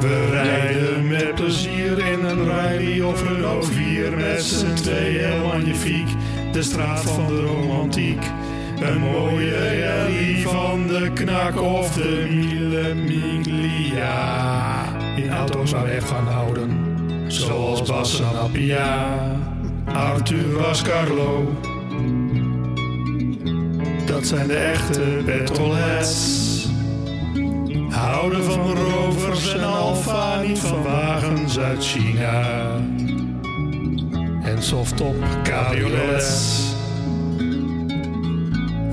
G: We rijden met plezier in een Riley of Renault 4 met z'n tweeën magnifiek. De straat van de romantiek. Een mooie rally van de knak of de Mille Miglia. In auto's waar we echt van houden. Zoals Bas en Appia. Arthur Ascarlo. Dat zijn de echte petrolheads. Houden van rovers en alfa, niet van wagens uit China. En soft-top cabriolets.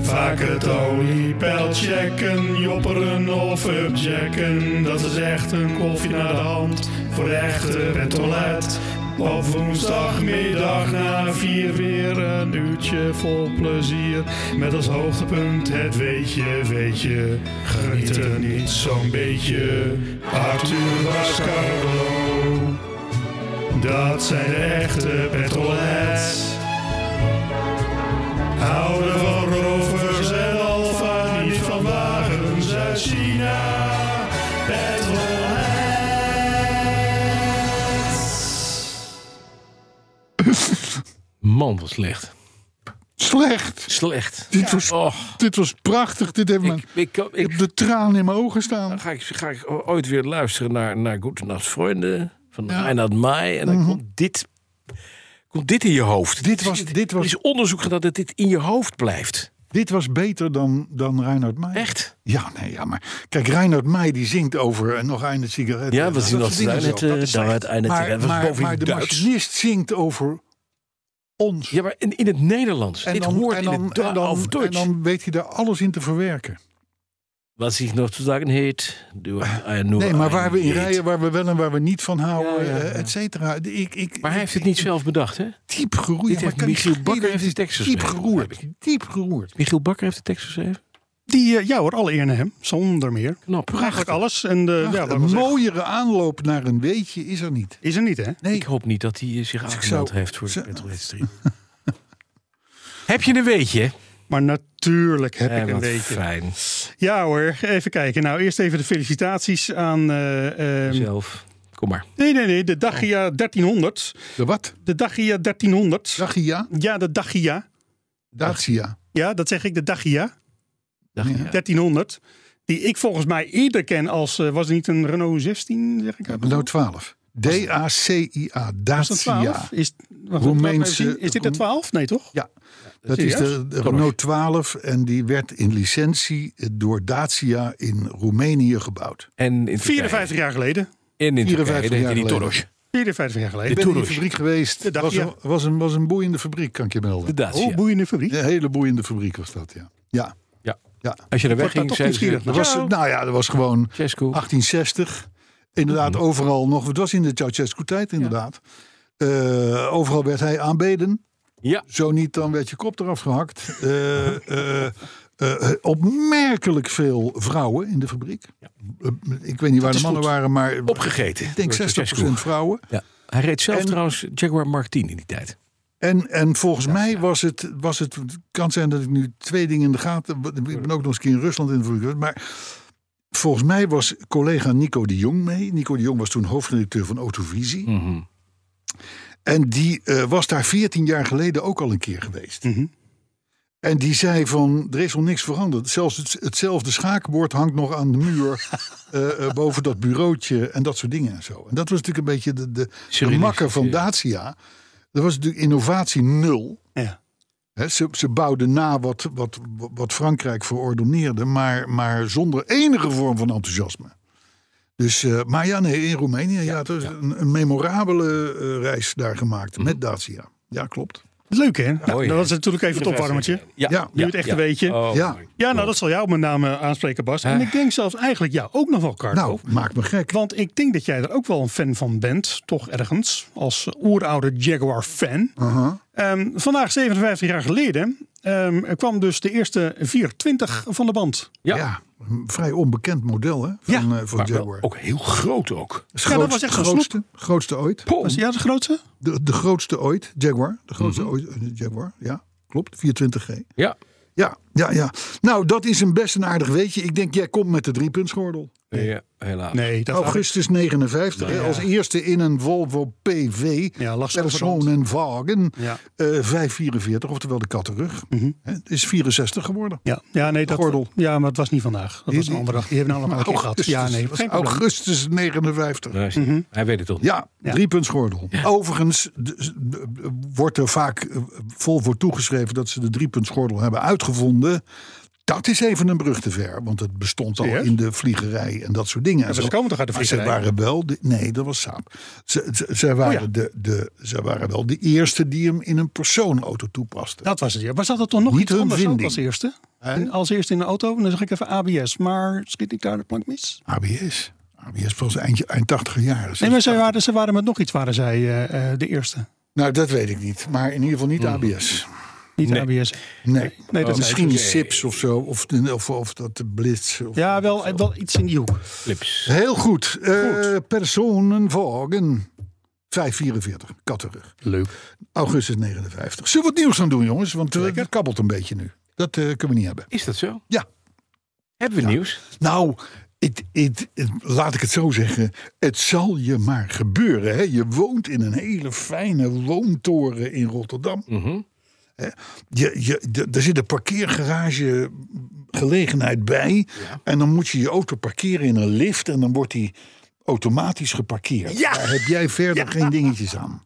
G: Vaak het oliepeil checken, jopperen of upjacken. Dat is echt een koffie naar de hand voor de echte petrolet. Op woensdagmiddag na vier weer een uurtje vol plezier. Met als hoogtepunt het weetje, weetje. Geniet er niet zo'n beetje. Arthur Bascarlo, dat zijn de echte petrolheads. Houden van rovers en alfa, niet van wagens uit China. Petrolheads.
E: Man, wat slecht.
B: Slecht.
E: Slecht.
B: Dit, was,
C: Oh,
E: Och,
B: dit was prachtig. Dit heeft me,
E: ik, ik, ik,
B: ik heb de tranen in mijn ogen staan.
E: ga, ik, ga ik ooit weer luisteren naar, naar Goedenacht Vrienden van Reinhard Mai. En dan komt, dit, komt dit in je hoofd.
B: Mhm. Dit was, dit
E: Er
B: was,
E: is onderzoek gedaan dat dit in je hoofd blijft.
B: dit was beter dan, dan Reinhard Meij.
E: Echt?
B: Ja, nee, ja, maar kijk, Reinhard Meij die zingt over eh, nog een sigaret.
E: Ja, we zien
B: dat
E: dat
B: verdienen
E: daar
B: ze
E: net,
B: ook.
E: eh,
B: Dat is
E: daar
B: echt-
E: het einde
B: Maar,
E: tegen. Dat was
B: maar,
E: bovendien
B: maar de
E: Duits.
B: machinist zingt over ons.
E: Ja, maar in, in het Nederlands.
B: en,
E: dit
B: dan,
E: hoort
B: en,
E: in
B: dan,
E: het da-
B: en, dan,
E: of
B: en
E: Duits.
B: dan weet hij daar alles in te verwerken.
E: Wat zich nog te zeggen heet. doe een- nur
B: Ah, Nee, maar waar
E: een
B: we in
E: Lied.
B: rijden, waar we wel en waar we niet van houden,
E: Ja, ja,
B: eh,
E: ja.
B: et cetera. Ik, ik,
E: Maar hij heeft het niet zelf bedacht, hè?
B: diep geroerd.
E: dit
B: Ja,
E: heeft
B: maar kan ik-
E: Michiel Bakker
B: die-
E: heeft die tekst
B: Diep
E: geschreven,
B: geroerd.
E: begrijp
B: Diep geroerd.
E: Michiel Bakker heeft de tekst geschreven.
D: Die, eh, ja hoor, alle eer naar hem. Zonder meer.
E: Knap.
D: Eigenlijk alles. En de, ja, wat ik al
B: een
D: zeg,
B: mooiere aanloop naar een weetje is er niet.
D: is er niet, hè?
B: Nee.
E: Ik hoop niet dat hij eh, zich
B: ik
E: aangemeld
B: zou-
E: heeft voor de
B: zou-
E: Petrolhead Stream. Heb je een weetje?
D: Maar natuurlijk heb
E: Eh,
D: ik een
E: wat
D: beetje.
B: Ehm,
E: fijn.
D: Ja hoor, even kijken. Nou, eerst even de felicitaties aan... eh, ehm,
E: Zelf. Kom maar.
D: nee, nee, nee. De Dagia 1300.
B: De wat?
D: De Dagia 1300.
B: Dagia?
D: Ja, de Dagia.
B: Dacia.
D: Ja, dat zeg ik, de Dagia
E: Dag, ja.
D: 1300. Die ik volgens mij eerder ken als... eh, was het niet een Renault 16, zeg ik? uit mijn
B: Below 12. D-A-C-I-A.
D: hoofd? Is dat 12?
B: Dacia.
D: Is, wacht, laat me even
B: Roemeense-
D: zien. is dit de 12? Nee, toch?
B: Ja, dat is
D: serieus?
B: de, de Renault 12 en die werd in licentie door Dacia in Roemenië gebouwd.
E: En in
D: 54 jaar geleden.
E: En in
B: 54
E: Turkije deed hij
B: jaar
E: die
B: geleden.
E: Toros.
D: 54 jaar geleden.
B: Ik ben in die
E: Tourus.
B: fabriek geweest.
D: De
B: was,
D: Dacia.
B: een, was, een, was een boeiende fabriek, kan ik je
E: De
B: melden.
E: Dacia.
D: Oh, boeiende fabriek.
B: Een hele boeiende fabriek was dat, ja. Ja,
E: ja.
B: ja.
E: Als je er
D: Wordt daar
E: wegging,
D: toch
E: zei ze...
D: nieuwsgierig
B: Dat
D: naar.
B: was, nou ja, dat was gewoon
E: Ceausescu.
B: Ah. 1860. Inderdaad, overal nog. Het was in de Ceausescu-tijd, inderdaad. Eh, overal werd hij aanbeden.
E: Ja.
B: Zo niet, dan werd je kop eraf gehakt. Eh, eh, eh, opmerkelijk veel vrouwen in de fabriek. Eh, ik weet niet waar de
E: is
B: mannen
E: goed.
B: waren, maar
E: Opgegeten.
B: ik denk
E: door
B: 60%
E: Ceausescu.
B: vrouwen.
E: Ja. Hij reed zelf
B: En-
E: trouwens Jaguar Mark 10 in die tijd.
B: En, en volgens mij was het, was het. Het kan zijn dat ik nu twee dingen in de gaten. Ik ben ook nog eens een keer in Rusland in de vloei geweest, Maar volgens mij was collega Nico de Jong mee. Nico de Jong was toen hoofdredacteur van Autovisie.
E: Mhm.
B: En die eh, was daar 14 jaar geleden ook al een keer geweest. En die zei van, er is nog niks veranderd. Zelfs het, hetzelfde schaakbord hangt nog aan de muur eh, eh, boven dat bureautje en dat soort dingen en zo. En dat was natuurlijk een beetje de, de, de
E: Surrealistisch,
B: makker van
E: ja.
B: Dacia. Er was natuurlijk innovatie nul.
D: Ja.
B: Hè, ze, ze bouwden na wat, wat, wat Frankrijk verordoneerde, maar, maar zonder enige vorm van enthousiasme. Dus, eh, maar ja, nee, in Roemenië, ja, het is Een, een memorabele eh, reis daar gemaakt met Dacia. Ja, klopt.
D: Leuk, hè? Nou,
E: mooi,
D: dat
E: hè?
D: was natuurlijk even het opwarmertje.
B: Ja.
D: Nu het echte
E: ja.
D: weetje.
E: Oh,
B: ja,
D: Ja, nou, dat zal jou met name aanspreken, Bas. En ik denk zelfs eigenlijk jou ook nog wel, Carlo.
B: nou, maak me gek.
D: Want ik denk dat jij er ook wel een fan van bent, toch ergens, als eh, oeroude Jaguar-fan.
B: Uh-huh.
D: Ehm, vandaag, 57 jaar geleden, ehm, er kwam dus de eerste 420 van de band.
B: Ja.
E: Ja.
B: een vrij onbekend model hè,
D: Ja,
B: van, eh, van
E: Maar wel
B: Jaguar.
E: ook heel groot ook.
B: Het
D: Ja, dat was echt een
B: grootste, grootste ooit.
D: Was ja de grootste?
B: De, de grootste ooit, Jaguar. De grootste ooit, eh, Jaguar, ja, klopt. 24G.
E: Ja.
B: Ja, ja, ja. Nou, dat is een best een aardig weetje. Ik denk, jij komt met de driepuntsgordel.
E: Ja, helaas.
D: Nee,
B: Oh,
D: dat
B: Augustus 59, hè, als eerste in een Volvo PV,
D: Ja, lastig
B: Personenwagen,
D: Ja. Mhm.
B: eh 544, oftewel de kattenrug. Hè, is 64 geworden.
D: Ja, ja, nee, dat,
B: Gordel.
D: ja, maar het was niet vandaag. Dat was een andere dag. Die hebben we allemaal een keer gehad. Ja, nee,
B: was
D: geen probleem.
B: augustus 59.
E: Daar is hij. Hij weet het toch niet.
B: Ja, driepuntsgordel. Overigens de- de- wordt er vaak eh, Volvo toegeschreven dat ze de driepuntsgordel hebben uitgevonden Dat is even een brug te ver, want het bestond al
D: Serieus?
B: in de vliegerij en dat soort dingen. en
D: ze
B: zo.
D: komen toch uit de
B: Maar
D: vliegerij? Oh
B: Ze waren wel, de- nee, dat was Saab. Ze, ze, ze waren
D: ja.
B: de, de, ze waren wel de eerste die hem in een persoonauto toepaste.
D: Dat was het, ja. Was dat er toch nog
B: Niet
D: iets
B: hun
D: anders ook
B: vinding.
D: als eerste?
B: Hè?
D: En als eerste in de auto, dan zeg ik even ABS. Maar schiet ik daar de plank mis?
B: ABS. ABS was eind, eind 80 jaar. Dus
D: Nee, maar ze waren, ze waren met nog iets, waren zij eh, eh, de eerste.
B: Nou, dat weet ik niet. Maar in ieder geval niet
D: Hmm.
B: ABS.
D: Niet ABS.
B: Nee.
D: Nee, dat
B: Oh. Misschien
D: is
B: die Sips of zo. Of, of, of dat de Blitz. Of
D: Ja, wel, eh, wel iets in die hoek.
B: Heel goed. Eh personenwagen. 544, kattenrug.
D: Leuk.
B: Augustus 59. Zullen we wat nieuws gaan doen, jongens? Want eh, het kabbelt een beetje nu. Dat eh, kunnen we niet hebben.
C: Is dat zo?
B: Ja.
C: Hebben we nieuws?
B: Nou, het, het, het- laat ik het zo zeggen. Het zal je maar gebeuren. Hè? Je woont in een hele fijne woontoren in Rotterdam. Hè? Je, je, de- er zit een parkeergarage gelegenheid bij. En dan moet je je auto parkeren in een lift. En dan wordt die automatisch geparkeerd. Daar heb jij verder geen dingetjes aan.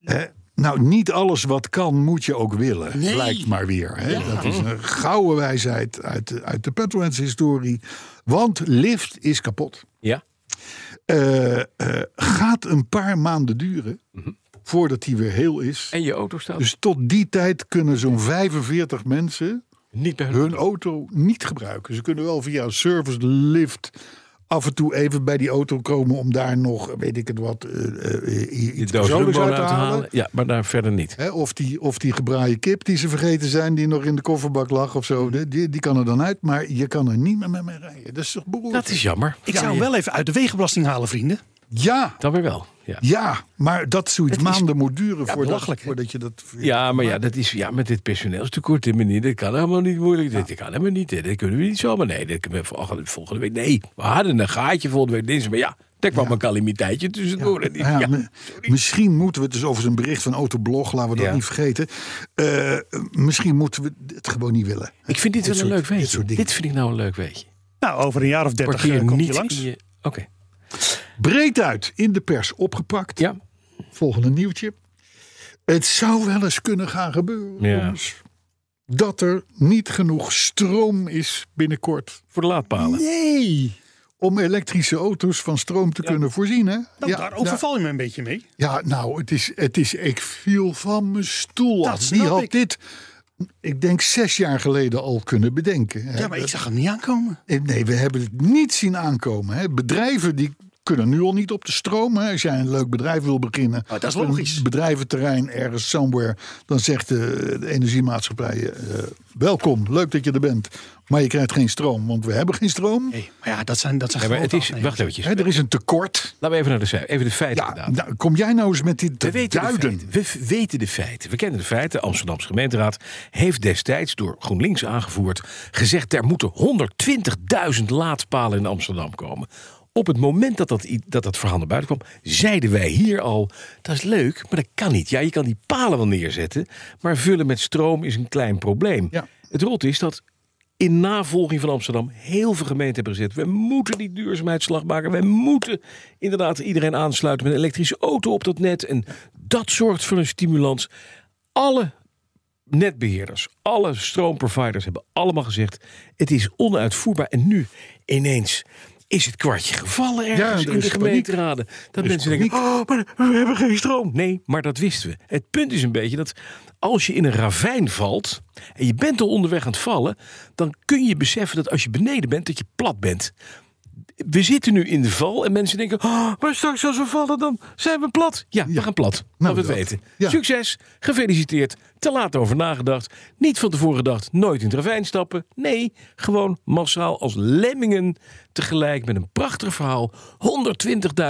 B: Hè? Nou, niet alles wat kan, moet je ook willen. Lijkt maar weer. Hè? Dat is een gouden wijsheid uit de, uit de Petroheads historie. Want lift is kapot.
C: Ja.
B: Eh, eh, gaat een paar maanden duren voordat die weer heel is.
C: En je auto staat
B: Dus tot die tijd kunnen zo'n 45 mensen
C: niet bij hun.
B: hun auto niet gebruiken. Ze kunnen wel via een service lift af en toe even bij die auto komen om daar nog, weet ik het wat, eh, eh,
C: Je
B: iets
C: doos
B: persoonlijks
C: Rumbonen
B: uit te halen.
C: Ja, maar daar verder niet.
B: Hè, of, die, of die gebraaide kip die ze vergeten zijn, die nog in de kofferbak lag of
C: Hmm.
B: zo. Die, die die kan er dan uit, maar je kan er niet meer mee rijden. Dat is toch beroerd?
C: Dat is jammer.
D: Ik zou hem wel even uit de wegenbelasting halen, vrienden.
B: Ja,
C: Dan weer wel. Ja.
B: ja, maar dat zoiets maanden moet duren voordat,
D: belachelijk, hè?
B: voordat je dat...
C: Ja, maar ja, dat is, ja, met dit personeelstekort, dit meneer, dat kan helemaal niet moeilijk. Dit kan helemaal niet, dit kunnen we niet zomaar. Nee, dat kunnen we volgende, volgende week. Nee, we hadden een gaatje volgende week dinsdag. Maar ja, daar kwam een calamiteitje tussendoor. En die-
B: Nou ja,
C: ja.
B: mi- misschien moeten we het dus over een bericht van Autoblog, laten we dat
C: Ja.
B: niet vergeten. Eh, misschien moeten we het gewoon niet willen.
C: Ik vind
B: Dit
C: dit, wel een
B: soort-
C: leuk weetje.
B: dit soort
C: Dit,
B: dingen.
C: vind ik nou een leuk weetje.
D: Nou, over een jaar of dertig
C: Parkeer
D: eh, komt hij
C: niet
D: langs.
C: in je... Oké,
B: Breed uit in de pers opgepakt.
C: ja.
B: Volgende nieuwtje. Het zou wel eens kunnen gaan gebeuren
C: Ja.
B: jongens, dat er niet genoeg stroom is binnenkort.
C: Voor de laadpalen.
B: Nee! Om elektrische auto's van stroom te kunnen voorzien. Hè?
D: Nou, daar overval je me een beetje mee.
B: Ja, nou, het is, het is, ik viel van mijn stoel
D: Dat
B: af.
D: snap
B: Wie had
D: ik.
B: dit, ik denk zes jaar geleden al kunnen bedenken. hè?
D: Ja, maar ik zag hem niet aankomen.
B: Eh, Nee, we hebben het niet zien aankomen. Hè? Bedrijven die kunnen nu al niet op de stroom. Hè? Als jij een leuk bedrijf wil beginnen,
C: Ah,
D: dat is
B: op een
D: logisch.
B: bedrijventerrein ergens somewhere, dan zegt de, de energiemaatschappij: eh, welkom, leuk dat je er bent, maar je krijgt geen stroom, want we hebben geen stroom.
D: Nee, maar ja, dat zijn, dat zijn
C: Ja, maar het
D: grote
C: is,
D: afnemers.
C: wacht eventjes.
B: Hè, er is een tekort.
C: Laten we even naar de, cijf- even de feiten
B: Ja,
C: inderdaad.
B: nou, kom jij nou eens met dit
C: We
B: te
C: weten, de
B: duiden?
C: feiten. we f- weten de feiten. We kennen de feiten. De Amsterdamse gemeenteraad heeft destijds door GroenLinks aangevoerd gezegd: er moeten 120.000 laadpalen in Amsterdam komen. Op het moment dat dat, i- dat dat verhaal naar buiten kwam, zeiden wij hier al: dat is leuk, maar dat kan niet. Ja, je kan die palen wel neerzetten, maar vullen met stroom is een klein probleem.
B: Ja.
C: Het rot is dat in navolging van Amsterdam heel veel gemeenten hebben gezet. We moeten die duurzaamheidsslag maken. We moeten inderdaad iedereen aansluiten met een elektrische auto op dat net. En dat zorgt voor een stimulans. Alle netbeheerders, alle stroomproviders hebben allemaal gezegd... het is onuitvoerbaar. En nu ineens is het kwartje gevallen ergens
B: er
C: in
B: is
C: de
B: paniek.
C: gemeenteraden. Dat mensen denken, oh, maar we hebben geen stroom. Nee, maar dat wisten we. Het punt is een beetje dat als je in een ravijn valt... en je bent al onderweg aan het vallen... dan kun je beseffen dat als je beneden bent, dat je plat bent. We zitten nu in de val en mensen denken... Oh, maar straks als we vallen, dan zijn we plat. Ja, we gaan plat. Laten we
B: Nou,
C: het
B: dat.
C: weten.
B: Ja.
C: Succes, gefeliciteerd, te laat over nagedacht. Niet van tevoren gedacht, nooit in het ravijn stappen. Nee, gewoon massaal als lemmingen tegelijk met een prachtig verhaal.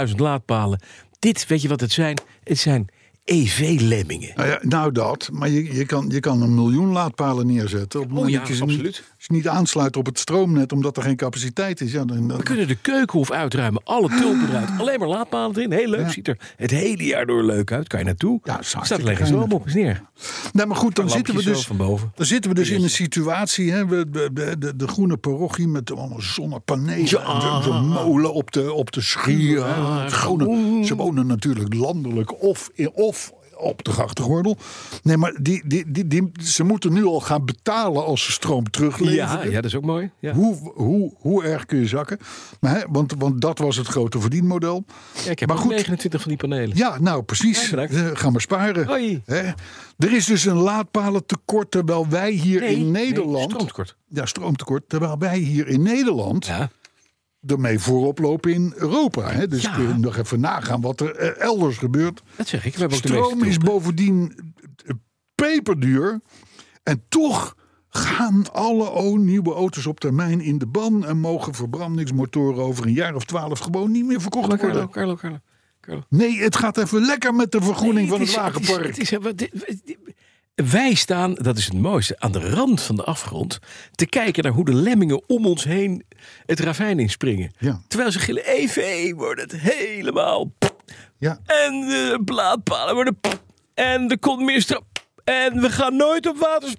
C: 120.000 laadpalen. Dit, weet je wat het zijn? Het zijn E EV-lemmingen.
B: Nou, ja, nou dat, maar je, je, kan, je kan een miljoen laadpalen neerzetten. Op het moment
C: Oh ja,
B: dat je ze
C: absoluut.
B: Niet, ze niet aansluit op het stroomnet omdat er geen capaciteit is. Ja, dan, dan-
C: We kunnen de keukenhof uitruimen, alle tulpen eruit. Alleen maar laadpalen erin. Heel leuk, ziet er het hele jaar door leuk uit. Kan je naartoe.
B: Ja, dat is
C: Staat
B: hartstikke
C: alleen geen
B: geinig.
C: stroom op, is neer.
B: nee, Nou, maar goed, dan zitten we
C: lampjes
B: dus,
C: zo van boven.
B: dan zitten we dus in een situatie. Hè, we, de, de, de, de groene parochie met allemaal zonnepanelen. en de- de molen op de, op de schuur. hè. Het groene, ze wonen natuurlijk landelijk of, in- of op de grachtengordel. Nee, maar die, die, die, die, ze moeten nu al gaan betalen als ze stroom
C: Ja,
B: terugleveren.
C: ja, dat is ook mooi. Ja.
B: Hoe, hoe, hoe erg kun je zakken? Maar, hè, want, want dat was het grote verdienmodel.
C: Ja, ik heb
B: maar
C: ook
B: goed.
C: 29 van die panelen.
B: Ja, nou precies.
C: Ja, bedankt.
B: Eh, Ga maar sparen.
C: Hoi.
B: Hè? Er is dus een laadpalen tekort terwijl wij hier
C: Nee,
B: in
C: nee,
B: Nederland.
C: stroomtekort.
B: Ja, stroomtekort. Terwijl wij hier in Nederland
C: Ja.
B: ermee voorop lopen in Europa. Hè? Dus
C: Ja.
B: kun je nog even nagaan wat er eh, elders gebeurt.
C: Dat zeg ik. We hebben ook de
B: Stroom
C: meeste
B: is
C: troepen.
B: bovendien eh, peperduur. En toch gaan alle o- nieuwe auto's op termijn in de ban. En mogen verbrandingsmotoren over een jaar of twaalf gewoon niet meer verkocht
C: Maar Carlo,
B: worden.
C: Carlo, Carlo. Carlo.
B: Nee, het gaat even lekker met de vergroening van het
C: is-
B: wagenpark.
C: Het is, het is- wat- dit- wat- dit- wij staan, dat is het mooiste, aan de rand van de afgrond... te kijken naar hoe de lemmingen om ons heen het ravijn inspringen.
B: Ja.
C: Terwijl ze gillen, EV wordt het helemaal...
B: Ja.
C: En de blaadpalen worden... En de kontmisten... En we gaan nooit op waters...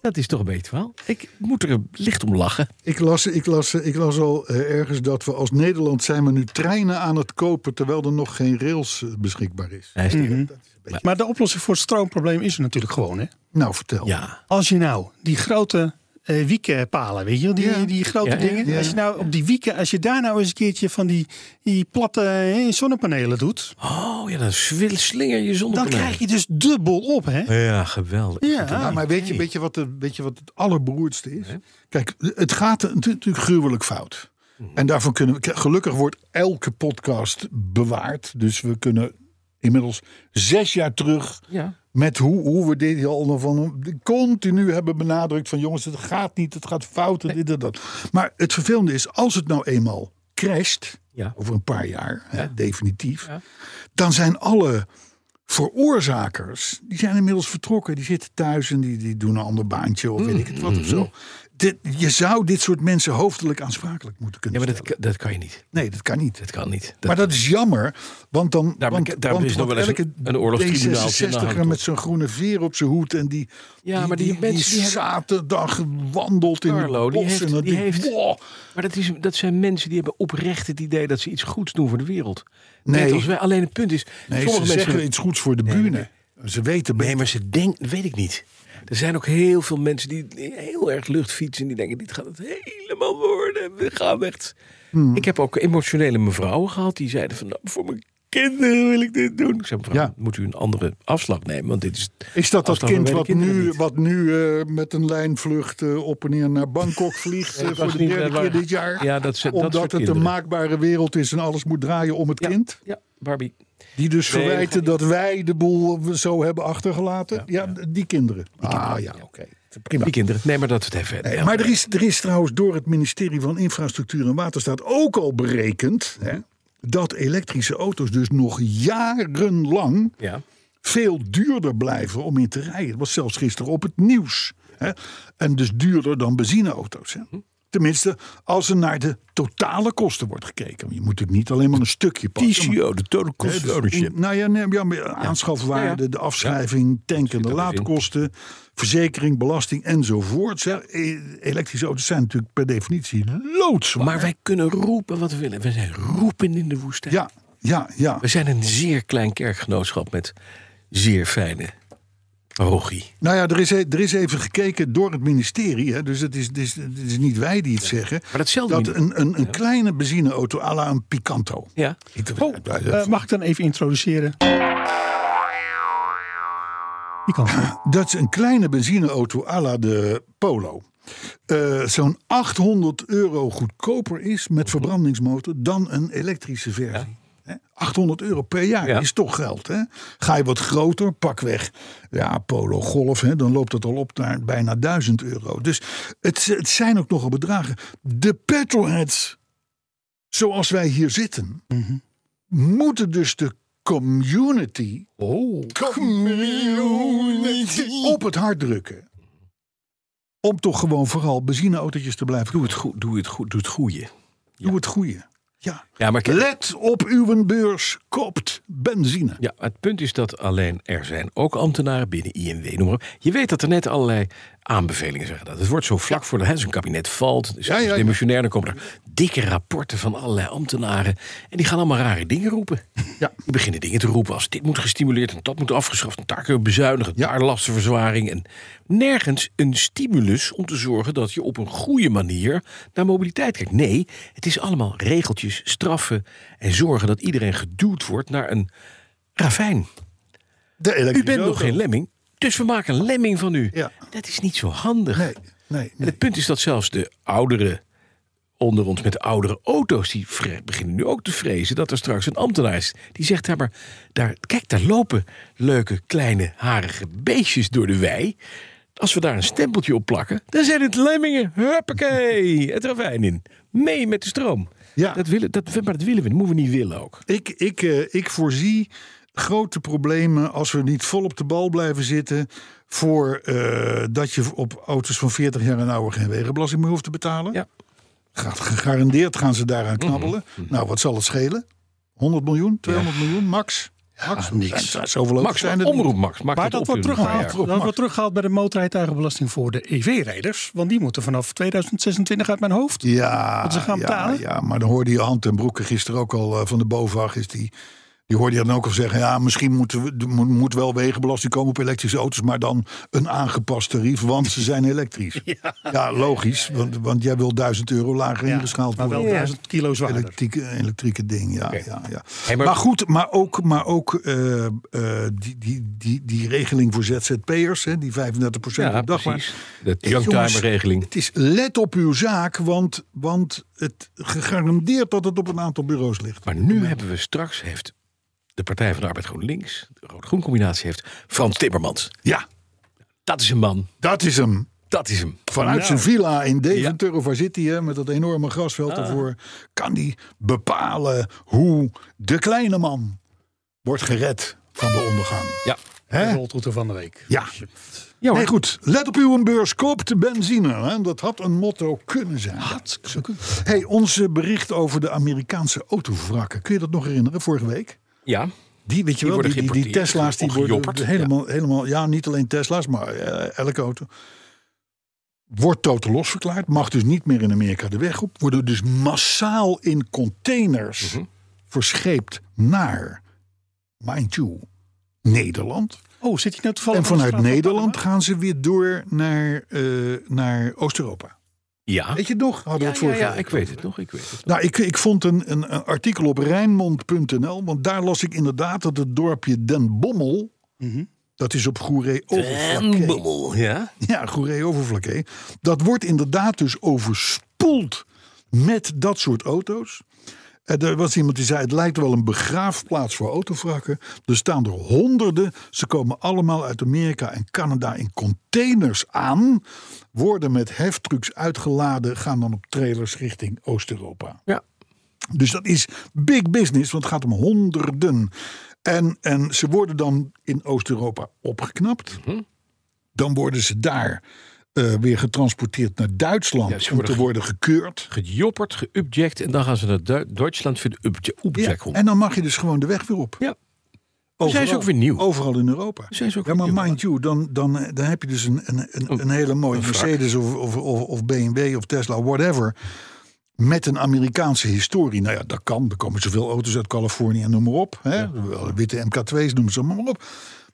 C: Dat is toch een beetje het verhaal. Ik moet er licht om lachen.
B: Ik las, ik, las, ik las al eh, ergens dat we als Nederland zijn we nu treinen aan het kopen terwijl er nog geen rails eh, beschikbaar is.
C: Hij is
D: Maar de oplossing voor het stroomprobleem is er natuurlijk gewoon. Hè?
B: Nou, vertel.
C: Ja,
D: Als je nou die grote eh wiekenpalen, weet je wel, die,
B: Ja.
D: die grote
C: Ja, ja,
D: dingen.
B: ja.
D: Als je nou op die wieken, als je daar nou eens een keertje van die, die platte eh, zonnepanelen doet.
C: oh ja, dan swil- slinger je zonder
D: Dan krijg je dus dubbel op, hè?
C: Ja, geweldig.
D: Ja.
B: Nou, maar weet je, weet, je wat de, weet je wat het allerberoerdste is? Kijk, het gaat het is natuurlijk gruwelijk fout.
C: Mhm.
B: En daarvan kunnen we, gelukkig wordt elke podcast bewaard. Dus we kunnen inmiddels zes jaar terug
C: Ja.
B: met hoe, hoe we dit al nog van continu hebben benadrukt van jongens, het gaat niet, het gaat fout en dit en dat. Maar het vervelende is, als het nou eenmaal crasht,
C: Ja.
B: over een paar jaar, hè, definitief, dan zijn alle veroorzakers, die zijn inmiddels vertrokken, die zitten thuis en die, die doen een ander baantje of weet ik het wat of zo.
C: Mm-hmm.
B: Dit, je zou dit soort mensen hoofdelijk aansprakelijk moeten
C: Ja,
B: kunnen
C: maar dat,
B: stellen.
C: kan- dat kan je niet.
B: Nee, dat kan niet.
C: Dat kan niet. Dat,
B: Maar dat is jammer, want dan.
C: Daar-
B: want,
C: daar
B: want,
C: is nog wel eens
B: want
C: een-
B: elke
C: een oorlogstribunaal te
B: D66er
C: nagaan,
B: met zijn groene veer op zijn hoed en die.
C: Ja, maar die mensen die hebben-
B: zaterdag wandelt in
C: Carlo,
B: het
C: die
B: bos
C: heeft-
B: en dan
C: die
B: denk ik,
C: heeft-
B: wow.
C: maar dat, is, dat zijn mensen die hebben oprecht het idee dat ze iets goeds doen voor de wereld.
B: Nee.
C: Net als wij. Alleen het punt is,
B: Nee, ze
C: sommige mensen...
B: zeggen iets goeds voor de bühne. Ze weten
C: Nee,
B: beter.
C: maar ze denken, weet ik niet. Er zijn ook heel veel mensen die heel erg luchtfietsen. En die denken, dit gaat het helemaal worden. We gaan echt...
B: Hmm.
C: Ik heb ook emotionele mevrouwen gehad. Die zeiden van, nou, voor mijn kinderen wil ik dit doen. Ik zei, mevrouw,
B: Ja.
C: moet u een andere afslag nemen? Want dit is...
B: Is dat dat
C: afslag van
B: kind
C: mijn
B: wat
C: kinderen
B: nu,
C: niet.
B: wat nu eh, met een lijnvlucht eh, op en neer naar Bangkok vliegt eh,
C: dat
B: voor
C: was
B: de
C: niet,
B: derde
C: eh, waar-
B: keer dit jaar?
C: Ja, dat, ze- dat
B: Omdat
C: soort
B: het
C: kinderen.
B: een maakbare wereld is en alles moet draaien om het
C: Ja.
B: kind?
C: Ja, Barbie.
B: Die dus
C: Nee,
B: verwijten dat wij de boel zo hebben achtergelaten. Ja, die kinderen. ah ja, oké. Prima.
C: Die kinderen. Nee, maar dat het even.
B: Nee, maar er is, er is trouwens door het ministerie van Infrastructuur en Waterstaat ook al berekend... Hè, dat elektrische auto's dus nog jarenlang
C: Ja.
B: veel duurder blijven om in te rijden. Dat was zelfs gisteren op het nieuws. Hè? En dus duurder dan benzineauto's. Hè? Tenminste, als er naar de totale kosten wordt gekeken. Want Je moet natuurlijk niet alleen maar een stukje pakken. maar-
C: de total
B: Hè, dus in- nou ja, nee, ja, maar aanschafwaarde, de afschrijving, tanken, de laadkosten, verzekering, belasting enzovoort. Zeg, e- elektrische auto's zijn natuurlijk per definitie loodzwaar.
C: Maar wij kunnen roepen wat we willen. We zijn roepend in de woestijn.
B: Ja, ja, ja.
C: We zijn een zeer klein kerkgenootschap met zeer fijne parochie.
B: Nou ja, er is, e- er is even gekeken door het ministerie. Hè, dus het is, het, is, het is niet wij die het zeggen.
C: Maar datzelfde
B: Dat
C: niet.
B: een, een, een kleine benzineauto à la een Picanto.
C: Ja.
B: Ik,
D: Oh, eh, mag ik dan even introduceren? Die kan.
B: Dat is een kleine benzineauto à la de Polo. eh, Zo'n 800 euro goedkoper is met verbrandingsmotor dan een elektrische versie. Hè? 800 euro per jaar
C: Ja.
B: is toch geld. Hè? Ga je wat groter, pak weg. Ja, Polo Golf, hè, dan loopt dat al op naar bijna 1000 euro. Dus het, het zijn ook nogal bedragen. De petrolheads, zoals wij hier zitten, moeten dus de community op het hart drukken. Om toch gewoon vooral benzineautootjes te blijven.
C: Doe het goed, doe het goed, doe het goede.
B: Doe het goede. Ja.
C: Ja, maar ik-
B: Let op uw beurs. Koopt benzine.
C: Ja, het punt is dat alleen er zijn ook ambtenaren binnen INW. Noem maar op. Je weet dat er net allerlei aanbevelingen zeggen dat. Het wordt zo vlak voor de hè, zo'n kabinet valt. Dus
B: Ja, ja, ja.
C: dimissionair, dan komen er dikke rapporten van allerlei ambtenaren. En die gaan allemaal rare dingen roepen.
B: Ja.
C: Die beginnen dingen te roepen als dit moet gestimuleerd en dat moet afgeschaft. En daar kunnen we bezuinigen,
B: Ja.
C: daar lastenverzwaring. En nergens een stimulus om te zorgen dat je op een goede manier naar mobiliteit kijkt. Nee, het is allemaal regeltjes, straffen en zorgen dat iedereen geduwd wordt naar een ravijn.
B: De elektrische
C: U bent nog
B: auto.
C: geen lemming, dus we maken een lemming van u.
B: Ja.
C: Dat is niet zo handig.
B: Nee, nee,
C: En
B: nee.
C: het punt is dat zelfs de ouderen onder ons met de oudere auto's... die vre- beginnen nu ook te vrezen dat er straks een ambtenaar is... die zegt, ja, maar daar, kijk, daar lopen leuke, kleine, harige beestjes door de wei. Als we daar een stempeltje op plakken, dan zijn het lemmingen. Huppakee, het ravijn in. Mee met de stroom.
B: Ja.
C: Dat willen, dat, maar dat willen we, dat moeten we niet willen ook.
B: Ik, ik, eh, ik voorzie grote problemen als we niet vol op de bal blijven zitten. Voor eh, dat je op auto's van 40 jaar en ouder geen wegenbelasting meer hoeft te betalen.
C: Ja. Mhm.
B: Gaat, gegarandeerd gaan ze daaraan knabbelen. Nou, wat zal het schelen? 100 miljoen, 200 miljoen, max. Max,
C: niks.
B: Zijn- zijn- Zoveel auto's
C: Max,
B: zijn er
C: omroep
B: niet.
C: Max. Maak
D: Maar
C: dat
D: dat
C: op
D: wordt,
C: in een paar
D: teruggehaald,
C: jaar.
D: dat wordt teruggehaald bij de motorrijtuigenbelasting voor de EV-rijders. Want die moeten vanaf 2026 uit mijn hoofd.
B: Ja,
D: Dat ze gaan
B: ja,
D: betalen?
B: ja, maar dan hoorde je Hand en Broeke gisteren ook al eh, van de BOVAG. Is die, die hoorde je dan ook al zeggen: ja, misschien moeten we, er moet, moet wel wegenbelasting komen op elektrische auto's, maar dan een aangepast tarief, want ze zijn elektrisch. ja. logisch, want, want jij wil 1000 euro lager ingeschaald
D: maar
B: worden.
D: wel 1000 kilo zwaarder.
B: Elektrieke, elektrieke ding, ja. ja, ja.
C: maar-
B: maar... goed, maar ook, maar ook eh, eh, die, die, die, die regeling voor ZZP'ers, hè, die 35%
C: Ja,
B: op dagbaar.
C: precies. De
B: Jongens,
C: youngtimer-regeling.
B: Het is let op uw zaak, want, want het gegarandeerd dat het op een aantal bureaus ligt.
C: Maar nu hebben we straks, heeft de Partij van de Arbeid GroenLinks, de Rood-Groen combinatie, heeft Frans Timmermans.
B: Ja,
C: Dat is een man.
B: dat is hem.
C: Dat is hem.
B: Vanuit zijn villa in Deventer, of waar zit hij, hè, met dat enorme grasveld ervoor, kan hij bepalen hoe de kleine man wordt gered van de ondergang.
C: Ja.
D: De
B: Hè?
D: roltoeter van de week.
B: Ja.
C: Ja, hoor.
B: Nee, goed. Let op uw beurs, koop de benzine. Hè. Dat had een motto kunnen zijn. Hey, ons bericht over de Amerikaanse autovrakken. Kun je dat nog herinneren, vorige week?
C: ja.
B: Die, weet je wel,
C: worden
B: die, die- die
C: geïmporteerd,
B: Tesla's die worden
C: opgejopperd,
B: de-
C: ja.
B: helemaal, helemaal, ja, niet alleen Tesla's, maar eh, elke auto. Wordt totaal losverklaard, mag dus niet meer in Amerika de weg op. Worden dus massaal in containers
C: Mhm.
B: verscheept naar, mind you, Nederland.
D: Oh, zit je nou toevallig...
B: En
D: aan de
B: vanuit
D: straat van
B: Nederland
D: Panama?
B: gaan ze weer door naar, eh, naar Oost-Europa.
C: Ja.
B: Weet je het nog? Hadden we
C: Ja,
B: het
C: ja,
B: vorige
C: ja,
B: week
C: ik weet het nog. Ik weet het.
B: nou, ik, ik vond een, een, een artikel op Rijnmond.nl, want daar las ik inderdaad dat het dorpje Den Bommel, dat is op Goeree Overflakkee,
C: Bommel, ja.
B: ja, Goeree Overflakkee, dat wordt inderdaad dus overspoeld met dat soort auto's. En er was iemand die zei, het lijkt wel een begraafplaats voor autovrakken. Er staan er honderden. Ze komen allemaal uit Amerika en Canada in containers aan. Worden met heftrucks uitgeladen, gaan dan op trailers richting Oost-Europa.
C: Ja.
B: Dus dat is big business, want het gaat om honderden. En, en ze worden dan in Oost-Europa opgeknapt.
C: Mhm.
B: Dan worden ze daar eh, weer getransporteerd naar Duitsland
C: Ja, ze
B: om
C: worden
B: te
C: ge-
B: worden gekeurd.
C: Gejopperd, geübject en dan gaan ze naar Du- Duitsland voor de upje-
B: Ja,
C: opject. Ja.
B: en dan mag je dus gewoon de weg weer op.
C: ja. Dan zijn ze ook weer nieuw.
B: Overal in Europa.
C: zijn ze ook
B: ja, maar
C: weer nieuw. Oh,
B: mind you, dan, dan, eh, dan heb je dus een, een, een, een hele mooie Mercedes of, of, of, of BMW of Tesla, whatever. Met een Amerikaanse historie. Nou ja, dat kan. Er komen zoveel auto's uit Californië en noem maar op. Hè? Wel, Witte MK2's, noem ze maar op.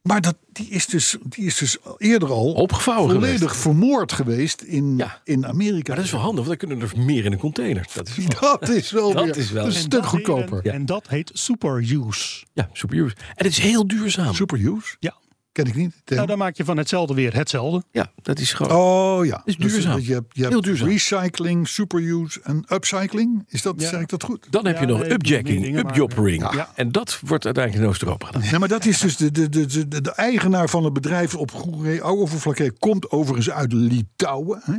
B: Maar dat, die, is dus, die is dus eerder al
C: Opgevouwen
B: volledig
C: geweest.
B: vermoord geweest in,
C: Ja.
B: in Amerika.
C: Maar dat is wel handig, want dan kunnen er meer in een container. Dat is wel.
B: Dat is wel,
C: Dat
B: weer
C: is wel-
B: een
C: En
B: stuk
D: Dat heet een-
B: goedkoper.
D: En dat heet superuse.
C: Ja, super. En het is heel duurzaam.
B: Superuse?
D: Ja.
B: Ken ik niet.
D: Nou, dan maak je van hetzelfde weer hetzelfde.
C: Ja, dat is gewoon.
B: Oh ja.
C: Is
B: Dus
C: duurzaam.
B: je hebt, je hebt
C: Heel duurzaam.
B: recycling, superuse en upcycling. Is dat, zeg ik dat goed?
C: Dan heb je
D: Ja,
C: nog
D: nee, die
C: upjacking,
D: dingen
C: upjoppering.
D: maken. Ja.
C: En dat wordt uiteindelijk in Oost-Europa gedaan.
B: Ja, maar dat is dus de, de, de, de, de eigenaar van het bedrijf op Goeree Ouweverflakkee komt overigens uit Litouwen. Hè?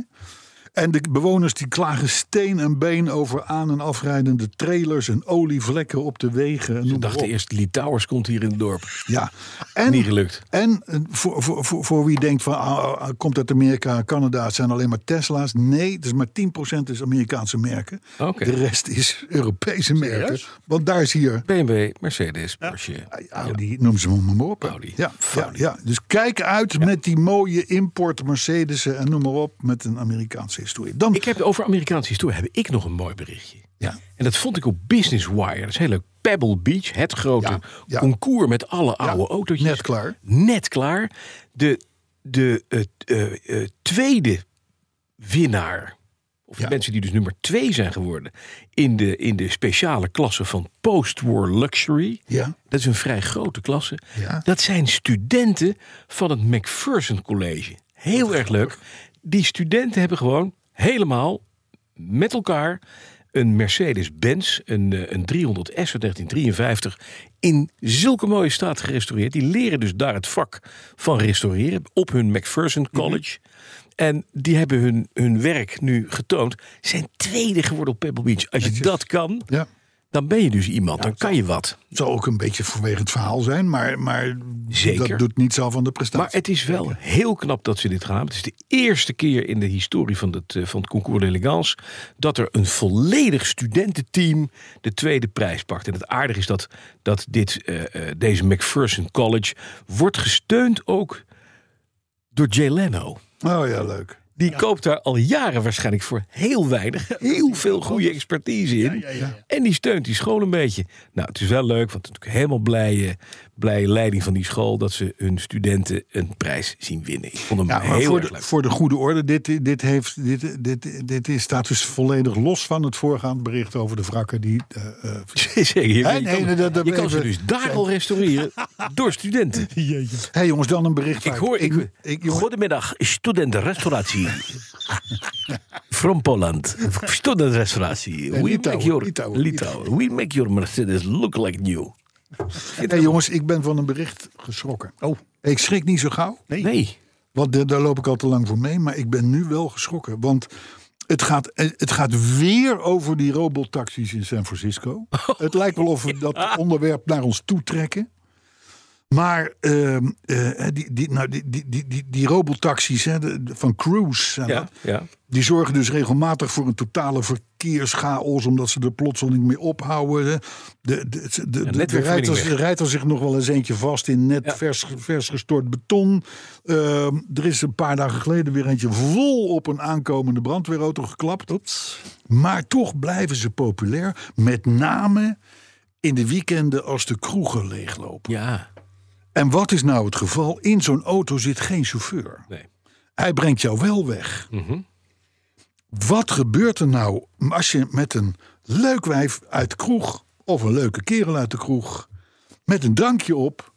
B: En de bewoners die klagen steen en been over aan- en afrijdende trailers en olievlekken op de wegen. en
C: Ze
B: noem maar
C: dachten
B: op.
C: eerst, Litouwers komt hier in het dorp.
B: Ja. En,
C: Niet gelukt.
B: En eh, voor, voor, voor, voor wie denkt van ah, ah, komt uit Amerika, Canada, het zijn alleen maar Tesla's. Nee, dus maar 10% is Amerikaanse merken.
C: Oké.
B: De rest is Europese merken. Want daar is hier
C: BMW, Mercedes, Porsche.
B: Audi, noem ze maar, maar op. hè.
C: Audi.
B: Ja, ja, ja, dus kijk uit met die mooie import eh, Mercedes en noem maar op met een Amerikaanse historie. Dan,
C: Ik heb over Amerikaanse historie heb ik nog een mooi berichtje.
B: Ja.
C: En dat vond ik op Business Wire. Dat is heel leuk. Pebble Beach, het grote
B: Ja, ja.
C: concours met alle oude autootjes.
B: net klaar.
C: Net klaar. De, de eh, eh, eh, tweede winnaar, of de
B: Ja.
C: mensen die dus nummer twee zijn geworden... in de, in de speciale klasse van Post-War Luxury...
B: Ja.
C: Dat is een vrij grote klasse.
B: Ja.
C: Dat zijn studenten van het McPherson College. Heel erg leuk. Die studenten hebben gewoon helemaal met elkaar een Mercedes-Benz, een, eh, een 300S uit 1953, in zulke mooie staat gerestaureerd. Die leren dus daar het vak van restaureren op hun McPherson College. En die hebben hun, hun werk nu getoond. Zijn tweede geworden op Pebble Beach. Als je dat kan,
B: Ja.
C: dan ben je dus iemand. Dan kan je wat.
B: Zou ook een beetje vanwege het verhaal zijn, maar, maar
C: Zeker.
B: dat doet niets af van de
C: Maar
B: prestatie.
C: het is wel heel knap dat ze dit gaan. Het is de eerste keer in de historie van het, eh, van het Concours d'Elegance dat er een volledig studententeam de tweede prijs pakt. En het aardige is dat, dat dit, eh, eh, deze McPherson College wordt gesteund ook door Jay Leno.
B: Oh ja, leuk.
C: Die koopt daar al jaren waarschijnlijk voor heel weinig, heel veel goede expertise in. En die steunt die school een beetje. Nou, het is wel leuk, want het is natuurlijk helemaal blije, blije leiding van die school dat ze hun studenten een prijs zien winnen. Ik vond hem
B: Ja, maar
C: Nou, heel
B: voor
C: erg
B: de,
C: leuk.
B: voor de goede orde, dit, dit, heeft, dit, dit, dit is, staat dus volledig los van het voorgaand bericht over de wrakken die... eh, eh,
C: Zeker, je,
B: Hè?
C: je
B: Nee,
C: kan,
B: nee, dat- dat
C: je kan ze
B: even-
C: dus daar al restaureren door studenten.
B: Hé hey jongens, dan een bericht.
C: Ik
B: uit.
C: hoor, ik,
B: jongen,
C: goedemiddag, studentenrestauratie. From Poland, studentenrestauratie. We
B: Litouwen,
C: make your
B: Litouwen,
C: Litouwen. We make your Mercedes look like new.
B: hey jongens, ik ben van een bericht geschrokken.
D: Oh.
B: Ik schrik niet zo gauw,
C: Nee.
B: want de- daar loop ik al te lang voor mee. Maar ik ben nu wel geschrokken, want het gaat, eh, het gaat weer over die robotaxis in San Francisco. het lijkt wel of we dat onderwerp naar ons toe trekken. Maar ehm, eh, die, die, nou, die, die, die, die, die robotaxis hè, de- de- van Cruise en
C: Ja,
B: dat,
C: ja.
B: Die zorgen dus regelmatig voor een totale verkeerschaos, omdat ze er plotseling mee ophouden. hè. De, de, de, de, de,
C: netwerkverbinding
B: rijdt als-
C: weg.
B: de rijdt er zich nog wel eens eentje vast in net vers, vers gestort beton. Ehm, er is een paar dagen geleden weer eentje vol op een aankomende brandweerauto geklapt. Maar toch blijven ze populair, met name in de weekenden als de kroegen leeglopen.
C: Ja.
B: En wat is nou het geval? In zo'n auto zit geen chauffeur.
C: Nee.
B: Hij brengt jou wel weg.
C: Mhm.
B: Wat gebeurt er nou als je met een leuk wijf uit de kroeg... of een leuke kerel uit de kroeg... met een drankje op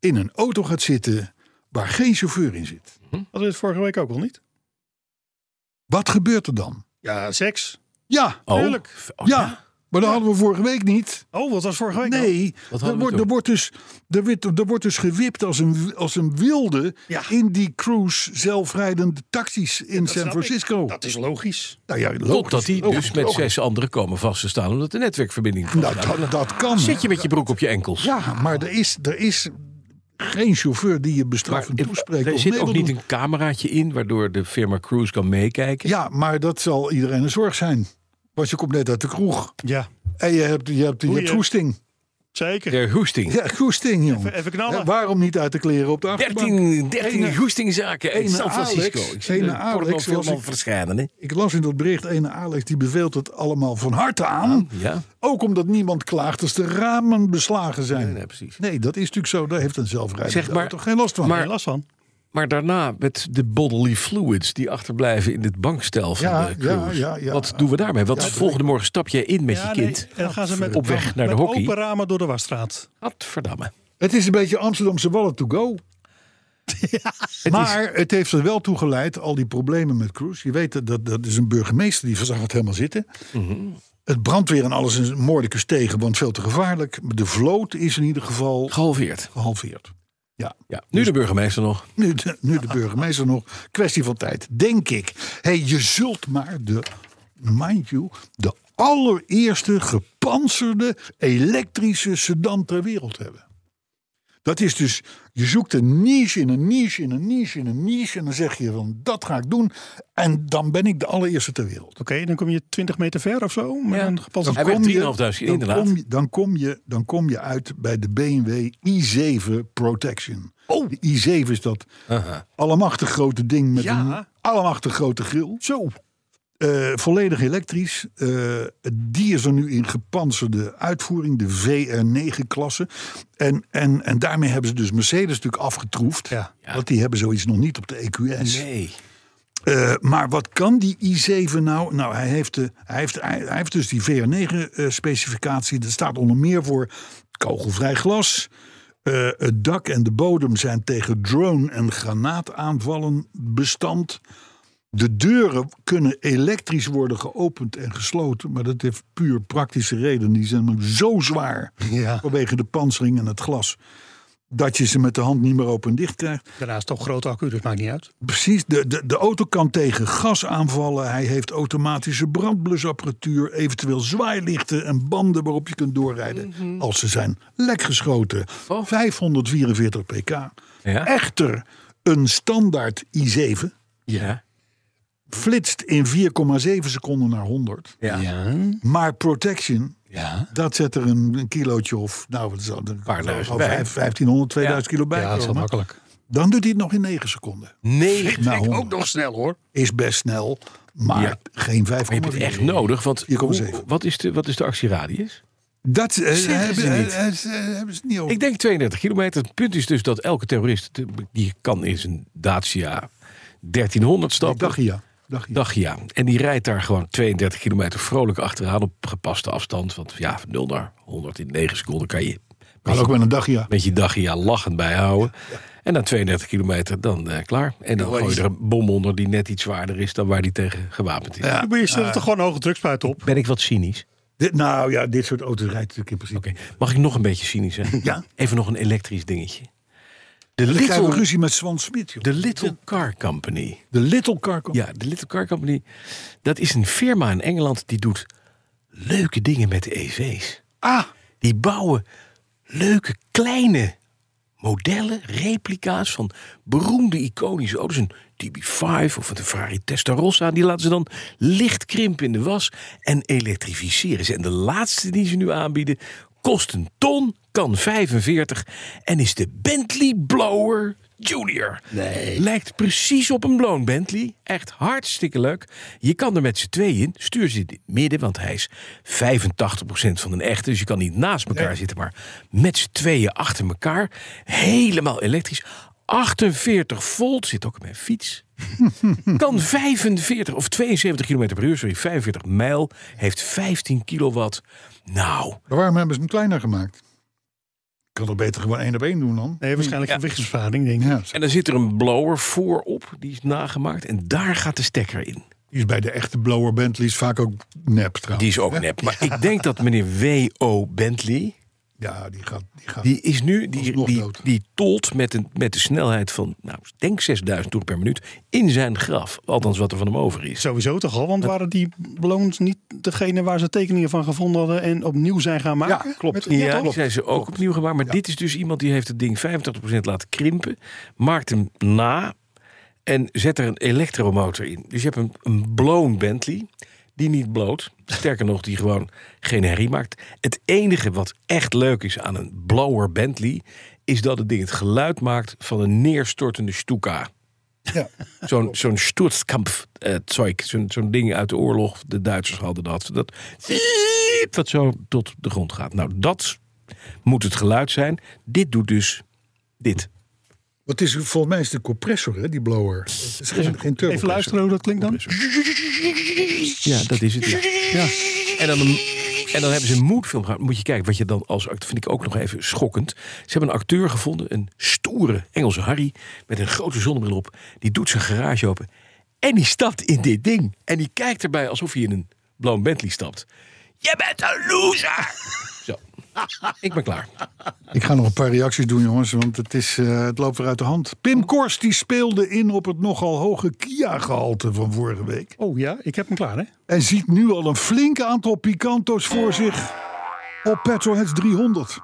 B: in een auto gaat zitten waar geen chauffeur in zit?
D: Hadden we het vorige week ook al niet?
B: Wat gebeurt er dan?
D: Ja, seks.
B: Ja,
C: Oh.
D: Tuurlijk.
C: Oh,
B: ja. maar dat hadden we vorige week niet.
D: Oh, wat was vorige week? al?
B: Nee,
C: Wat hadden
B: er
C: we
B: wordt,
C: toen?
B: er, wordt dus, er, wordt, er wordt dus gewipt als een, als een wilde
D: Ja.
B: in die cruise zelfrijdende taxis in
D: Dat
B: San
D: snap
B: Francisco.
D: ik. Dat is logisch.
B: Nou ja, logisch,
C: Totdat die
B: logisch,
C: dus met
B: logisch.
C: zes anderen komen vast te staan omdat de netwerkverbinding.
B: Nou, dat, dat kan.
C: Zit je met je broek op je enkels?
B: Ja, maar er is, er is geen chauffeur die je
C: Maar
B: bestraffend toespreekt.
C: er
B: of
C: zit
B: mee
C: ook
B: wil
C: niet
B: doen.
C: een cameraatje in waardoor de firma Cruise kan meekijken.
B: Ja, maar dat zal iedereen een zorg zijn. Want je komt net uit de kroeg.
D: Ja,
B: En je hebt, je hebt, je
D: Oei,
B: hebt
D: eh.
B: goesting.
D: zeker.
C: De goesting.
B: Ja, goesting, jongen.
D: Even- even knallen.
B: Ja, waarom niet uit de kleren op de achterbank?
C: 13, 13
B: Ene-
C: goestingzaken in
B: ene
C: San Francisco.
B: Alex,
C: ik zie
B: ene
C: de
B: Alex,
C: porno
B: zoals
C: veel
B: ik-
C: verschijnen. Hè?
B: Ik las in dat bericht, ene Alex die beveelt het allemaal van harte aan.
C: Ja,
B: Ook omdat niemand klaagt als de ramen beslagen zijn. Nee,
C: nee, precies.
B: dat is natuurlijk zo. Daar heeft een zelfrijdende
C: Zeg maar-
B: auto geen last van.
D: Geen
C: Maar,
D: last van.
C: maar daarna met de bodily fluids die achterblijven in dit bankstel van
B: Ja,
C: de cruise.
B: ja, ja, ja.
C: Wat doen we daarmee? Wat volgende morgen stap jij in met
D: Ja,
C: je
D: nee,
C: kind?
D: en dan gaan ze met,
C: op weg naar de
D: met
C: hockey.
D: open ramen door de wasstraat.
C: Gadverdamme.
B: Het is een beetje Amsterdamse wallet to go. maar het heeft er wel toe geleid, al die problemen met Cruise. Je weet, dat, dat is een burgemeester die verzag het helemaal zitten. Het brandweer en alles is moordicus tegen, want veel te gevaarlijk. De vloot is in ieder geval
C: Gehalveerd.
B: gehalveerd. Ja,
C: Ja, nu de burgemeester nog.
B: nu de, nu de burgemeester nog. Kwestie van tijd, denk ik. hey, je zult maar de, mind you, de allereerste gepantserde elektrische sedan ter wereld hebben. Dat is dus, je zoekt een niche in een niche in een niche in een niche. En dan zeg je van, dat ga ik doen. En dan ben ik de allereerste ter wereld.
D: Oké, dan kom je 20 meter ver of zo. Met
C: Ja.
D: een gepast...
B: Dan
C: Hij werd
B: kom je-
C: 3.500
B: dan
C: inderdaad.
B: kom je- Dan kom, je, dan kom je uit bij de BMW i7 Protection. Oh. De i7 is dat allemachtig grote ding met
D: Ja.
B: een allemachtig grote grill.
D: Zo.
B: Eh, volledig elektrisch. Eh, die is er nu in gepantserde uitvoering, de VR9-klasse. En, en, en daarmee hebben ze dus Mercedes natuurlijk afgetroefd.
D: Ja.
B: Want die hebben zoiets nog niet op de E EQS.
C: Nee.
B: Eh, maar wat kan die i7 nou? Nou, hij heeft, de, hij heeft, hij, hij heeft dus die VR9-specificatie. dat staat onder meer voor kogelvrij glas. Eh, het dak en de bodem zijn tegen drone- en granaataanvallen bestand. De deuren kunnen elektrisch worden geopend en gesloten. Maar dat heeft puur praktische redenen. Die zijn namelijk zo zwaar
D: Ja.
B: vanwege de pansering en het glas. Dat je ze met de hand niet meer open en dicht krijgt.
D: Daarnaast toch grote accu, dus maakt niet uit.
B: Precies, de, de, de auto kan tegen gas aanvallen. Hij heeft automatische brandblusapparatuur, eventueel zwaailichten en banden waarop je kunt doorrijden als ze zijn lekgeschoten. 544 pk.
C: Ja.
B: Echter, een standaard i7
C: Ja.
B: flitst in 4,7 seconden naar 100.
C: Ja.
B: Maar protection, dat zet er een, een kilootje of nou, wat is dat? Een
C: Paar duizend bij.
B: 1500, 2000 kilo bij.
D: Ja, dat is wel
B: komen.
D: makkelijk.
B: Dan doet hij het nog in 9 seconden.
C: Nee.
B: Nou, honderd.
D: nog snel hoor.
B: is best snel, maar
C: Ja.
B: geen
C: Maar je hebt het
B: 500
C: echt nodig, want
B: Hier komen
C: hoe-
B: ze even.
C: wat, is de, wat is de actieradius?
B: Dat eh, hebben,
C: ze niet.
B: eh, eh, ze- eh, hebben ze niet over.
C: Ik denk 32 kilometer. Het punt is dus dat elke terrorist, te- die kan in zijn Dacia 1300 stappen.
B: Dagia. Dagia.
C: Dacia. En die rijdt daar gewoon 32 kilometer vrolijk achteraan op gepaste afstand. Want ja, van 0 naar 100 in 9 seconden kan je
B: Kan ook met een Dagia.
C: met je Dacia lachend bijhouden. En na 32 kilometer dan eh, klaar. En dan gooi je er een bom onder die net iets zwaarder is dan waar die tegen gewapend is.
D: Dan moet je stelt er toch gewoon een hoge drukspuit op.
C: Ben ik wat cynisch?
B: Dit, nou ja, dit soort auto's rijdt natuurlijk in principe.
C: Oké, Mag ik nog een beetje cynisch zijn?
B: Ja.
C: Even nog een elektrisch dingetje. De
B: Dan krijgen we
C: little,
B: ruzie met Swan Smith, joh.
C: de little Car Company.
B: De Little Car Company.
C: Ja, de Little Car Company. Dat is een firma in Engeland die doet leuke dingen met de E EV's.
B: Ah,
C: Die bouwen leuke kleine modellen, replica's van beroemde iconische auto's. Een DB5 of een Ferrari Testarossa. Die laten ze dan licht krimpen in de was en elektrificeren ze. En de laatste die ze nu aanbieden kost een ton, kan 45 en is de Bentley Blower Junior. Nee. Lijkt precies op een blown Bentley. Echt hartstikke leuk. Je kan er met z'n tweeën in. Stuur ze in het midden, want hij is 85% van een echte. Dus je kan niet naast elkaar zitten, maar met z'n tweeën achter elkaar. Helemaal elektrisch. 48 volt zit ook in mijn fiets. kan 45 of 72 km per uur, sorry, 45 mijl. Heeft 15 kilowatt. Nou,
B: maar waarom hebben ze hem kleiner gemaakt? Ik kan toch beter gewoon één op één doen dan?
D: Nee, waarschijnlijk gewichtsbesparing denk ik.
B: Ja,
C: En dan zit er een blower voorop, die is nagemaakt. En daar gaat de stekker in.
B: die is bij de echte blower Bentleys vaak ook nep trouwens.
C: Die is ook nep. Maar ik denk dat meneer W.O. Bentley...
B: Ja, die gaat... Die gaat
C: die is nu, die,
B: Alsnog
C: die,
B: dood.
C: die tolt met, een, met de snelheid van... nou, ik denk 6000 toeren per minuut in zijn graf. Althans wat er van hem over is.
D: Sowieso toch al, want waren die loons niet degene waar ze tekeningen van gevonden hadden en opnieuw zijn gaan maken?
B: Ja, klopt.
D: Met-
C: Ja, die
D: toch?
C: zijn ze ook opnieuw gemaakt. Maar dit is dus iemand die heeft het ding 85% laten krimpen. Maakt hem na en zet er een elektromotor in. Dus je hebt een, een blown Bentley die niet bloot. Sterker nog, die gewoon geen herrie maakt. Het enige wat echt leuk is aan een blower Bentley... is dat het ding het geluid maakt van een neerstortende Stuka.
B: ja.
C: Zo'n zo'n Sturzkampfzeug. zo'n zo'n ding uit de oorlog. De Duitsers hadden dat. Dat, dat zo tot de grond gaat. Nou, dat moet het geluid zijn. Dit doet dus dit.
B: Wat is, volgens mij is de compressor, hè, die blower. Het is geen, geen turbo.
D: Even luisteren hoe dat klinkt dan.
C: Ja, dat is het. ja. En, dan een- en dan hebben ze een moedfilm gehad. Moet je kijken wat je dan als acteur... vind ik ook nog even schokkend. Ze hebben een acteur gevonden. Een stoere Engelse Harry. Met een grote zonnebril op. Die doet zijn garage open. En die stapt in dit ding. En die kijkt erbij alsof hij in een blauw Bentley stapt. Je bent een loser! Zo. Ik ben klaar.
B: Ik ga nog een paar reacties doen, jongens, want het, is, eh, het loopt weer uit de hand. Pim Kors die speelde in op het nogal hoge Kia-gehalte van vorige week.
D: Oh ja, ik heb hem klaar hè.
B: En ziet nu al een flink aantal Picanto's voor zich op Petrolheads 300.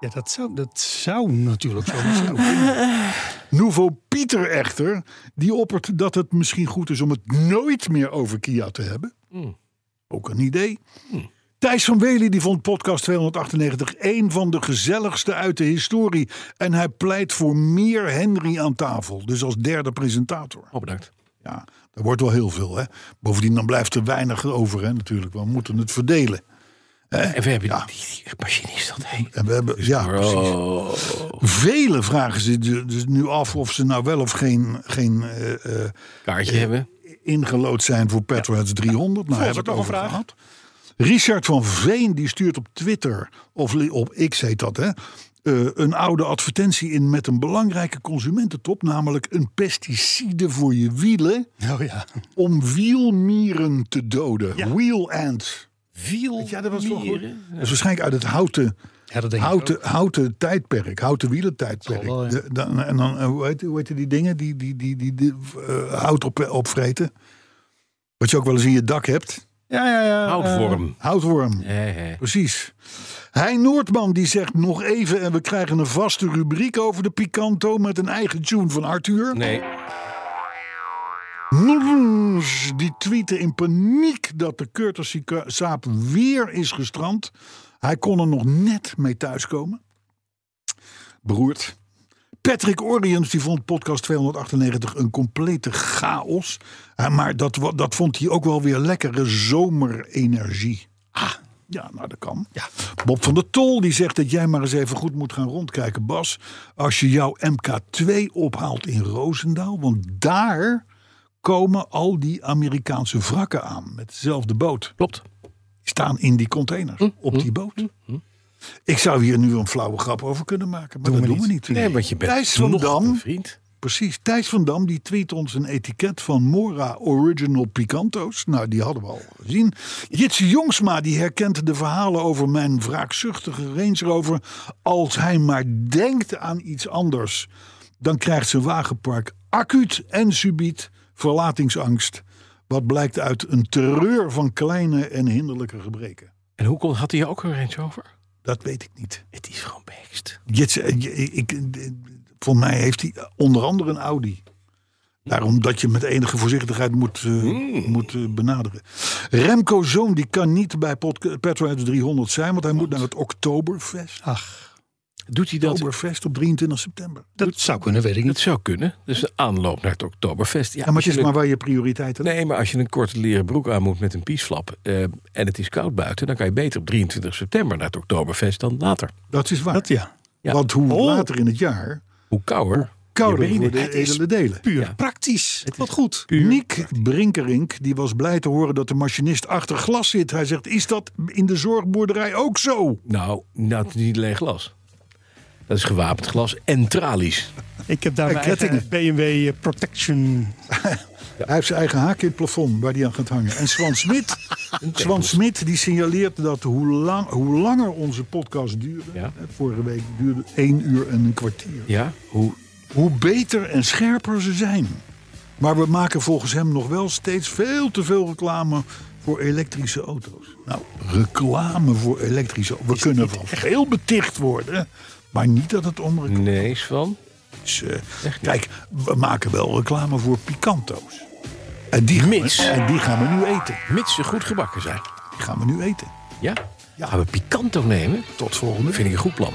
D: Ja, dat zou, dat zou natuurlijk zo zijn.
B: Nouveau Pieter echter, die oppert dat het misschien goed is om het nooit meer over Kia te hebben. Ook een idee. Thijs van Wely die vond podcast 298 een van de gezelligste uit de historie. En hij pleit voor meer Henry aan tafel, dus als derde presentator.
C: Oh, bedankt.
B: Ja, er wordt wel heel veel. Hè? Bovendien dan blijft er weinig over hè, natuurlijk. We moeten het verdelen.
C: En we hebben die, die machine is dat, hé.
B: En we hebben, ja, precies.
C: Oh.
B: Velen vragen zich du- dus nu af of ze nou wel of geen, geen eh, eh,
C: Kaartje hebben.
B: ingelood zijn voor Petroheads 300. Nou, heb ik
D: nog een
B: over
D: vraag?
B: gehad. Richard van Veen die stuurt op Twitter, of li- op X heet dat, hè, eh, een oude advertentie in met een belangrijke consumententop, namelijk een pesticide voor je wielen
D: Oh ja.
B: om wielmieren te doden.
D: Ja.
B: Wheel ants.
C: Viel.
B: Ja, dat was wel goed. Dat is waarschijnlijk uit het houten,
D: Ja, dat denk ik
B: houten, houten tijdperk, houten wielentijdperk.
D: Zal wel, ja.
B: De- dan, en dan, eh, hoe heet, hoe heet die dingen die, die, die, die, die, eh, hout op, opvreten? Wat je ook wel eens in je dak hebt.
D: Ja, ja, ja.
C: Houtworm.
B: Houtworm.
C: Hé, hé.
B: Precies. Hij Noordman die zegt nog even en we krijgen een vaste rubriek over de Picanto met een eigen tune van Arthur.
C: Nee.
B: Noelens, Die tweette in paniek dat de courtesy ka- saap weer is gestrand. Hij kon er nog net mee thuiskomen. Beroerd. Patrick Oriens die vond podcast 298 een complete chaos. Eh, Maar dat, wa- dat vond hij ook wel weer lekkere zomerenergie. Ja, nou dat kan. Bob van der Tol die zegt dat jij maar eens even goed moet gaan rondkijken, Bas. Als je jouw MK2 ophaalt in Roosendaal. Want daar komen al die Amerikaanse wrakken aan. Met dezelfde boot.
C: Klopt.
B: Die staan in die containers.
C: Mm,
B: Op die boot. Ik zou hier nu een flauwe grap over kunnen maken. Maar dat doen we niet.
C: Nee, want je bent
B: Thijs van
C: nog
B: Dam.
C: een vriend.
B: Precies. Thijs van Dam die tweet ons een etiket van Mora Original Picanto's. Nou, die hadden we al gezien. Jitse Jongsma die herkent de verhalen over mijn wraakzuchtige Range Rover. Als hij maar denkt aan iets anders, dan krijgt zijn wagenpark acuut en subiet verlatingsangst. Wat blijkt uit een terreur van kleine en hinderlijke gebreken.
C: En hoe kon, had hij ook een range over?
B: Dat weet ik niet.
C: Het is gewoon beest.
B: Jitse, eh, je- ik, eh, voor mij heeft hij onder andere een Audi. Daarom dat je met enige voorzichtigheid moet, eh, moet eh, benaderen. Remco Zoon die kan niet bij Podca- Petroheads 300 zijn, want hij moet naar het Oktoberfest.
D: Ach,
C: Doet hij dat?
B: Oktoberfest op 23 september.
D: dat zou kunnen, weet ik niet.
C: Dat zou kunnen. Dus de aanloop naar het Oktoberfest. Ja,
B: Ja, maar
C: als
B: het
C: je
B: is
C: een-
B: maar waar je prioriteiten liggen.
C: Nee, maar als je een korte leren broek aan moet met een piesflap... eh, en het is koud buiten, dan kan je beter op 23 september naar het Oktoberfest dan later.
B: Dat is waar.
D: Dat ja.
C: ja.
B: Want hoe
D: Oh.
B: later in het jaar,
C: Hoe kouder...
B: kouder
C: Je benen.
B: worden
D: Het
B: de
D: is
B: edele delen.
D: Puur
C: Ja.
D: praktisch. Wat goed.
B: Nick Brinkerink die was blij te horen dat de machinist achter glas zit. Hij zegt, is dat in de zorgboerderij ook zo?
C: Nou, dat is niet alleen glas. Dat is gewapend glas en tralies.
D: Ik heb daar
B: En
D: mijn eigen BMW eh, Protection.
B: Hij heeft zijn eigen haak in het plafond waar hij aan gaat hangen. En Swan Smit, Swan Smit die signaleert dat hoe, lang, hoe langer onze podcast duurde.
C: Ja.
B: hè, Vorige week duurde 1 uur en een kwartier.
C: Ja, hoe...
B: Hoe beter en scherper ze zijn. Maar we maken volgens hem nog wel steeds veel te veel reclame voor elektrische auto's. Nou, reclame voor elektrische auto's. We kunnen van geel beticht worden. Maar niet dat het om reclame
C: Nee, Svan.
B: is. eh, kijk, we maken wel reclame voor Picanto's. En die, gaan
C: Mits.
B: we, en die gaan we nu eten.
C: Mits ze goed gebakken zijn.
B: Die gaan we nu eten.
C: Ja? Gaan we picanto nemen?
B: Tot volgende
C: Vind ik een goed plan.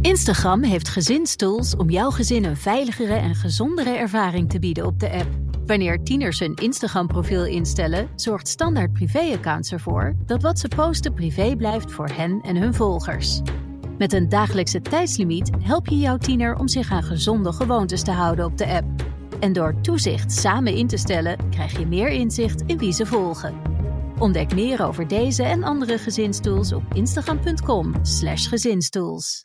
H: Instagram heeft gezinstools om jouw gezin een veiligere en gezondere ervaring te bieden op de app. Wanneer tieners hun Instagram-profiel instellen, zorgt standaard privéaccounts ervoor dat wat ze posten privé blijft voor hen en hun volgers. Met een dagelijkse tijdslimiet help je jouw tiener om zich aan gezonde gewoontes te houden op de app. En door toezicht samen in te stellen, krijg je meer inzicht in wie ze volgen. Ontdek meer over deze en andere gezinstools op instagram.com/gezinstools.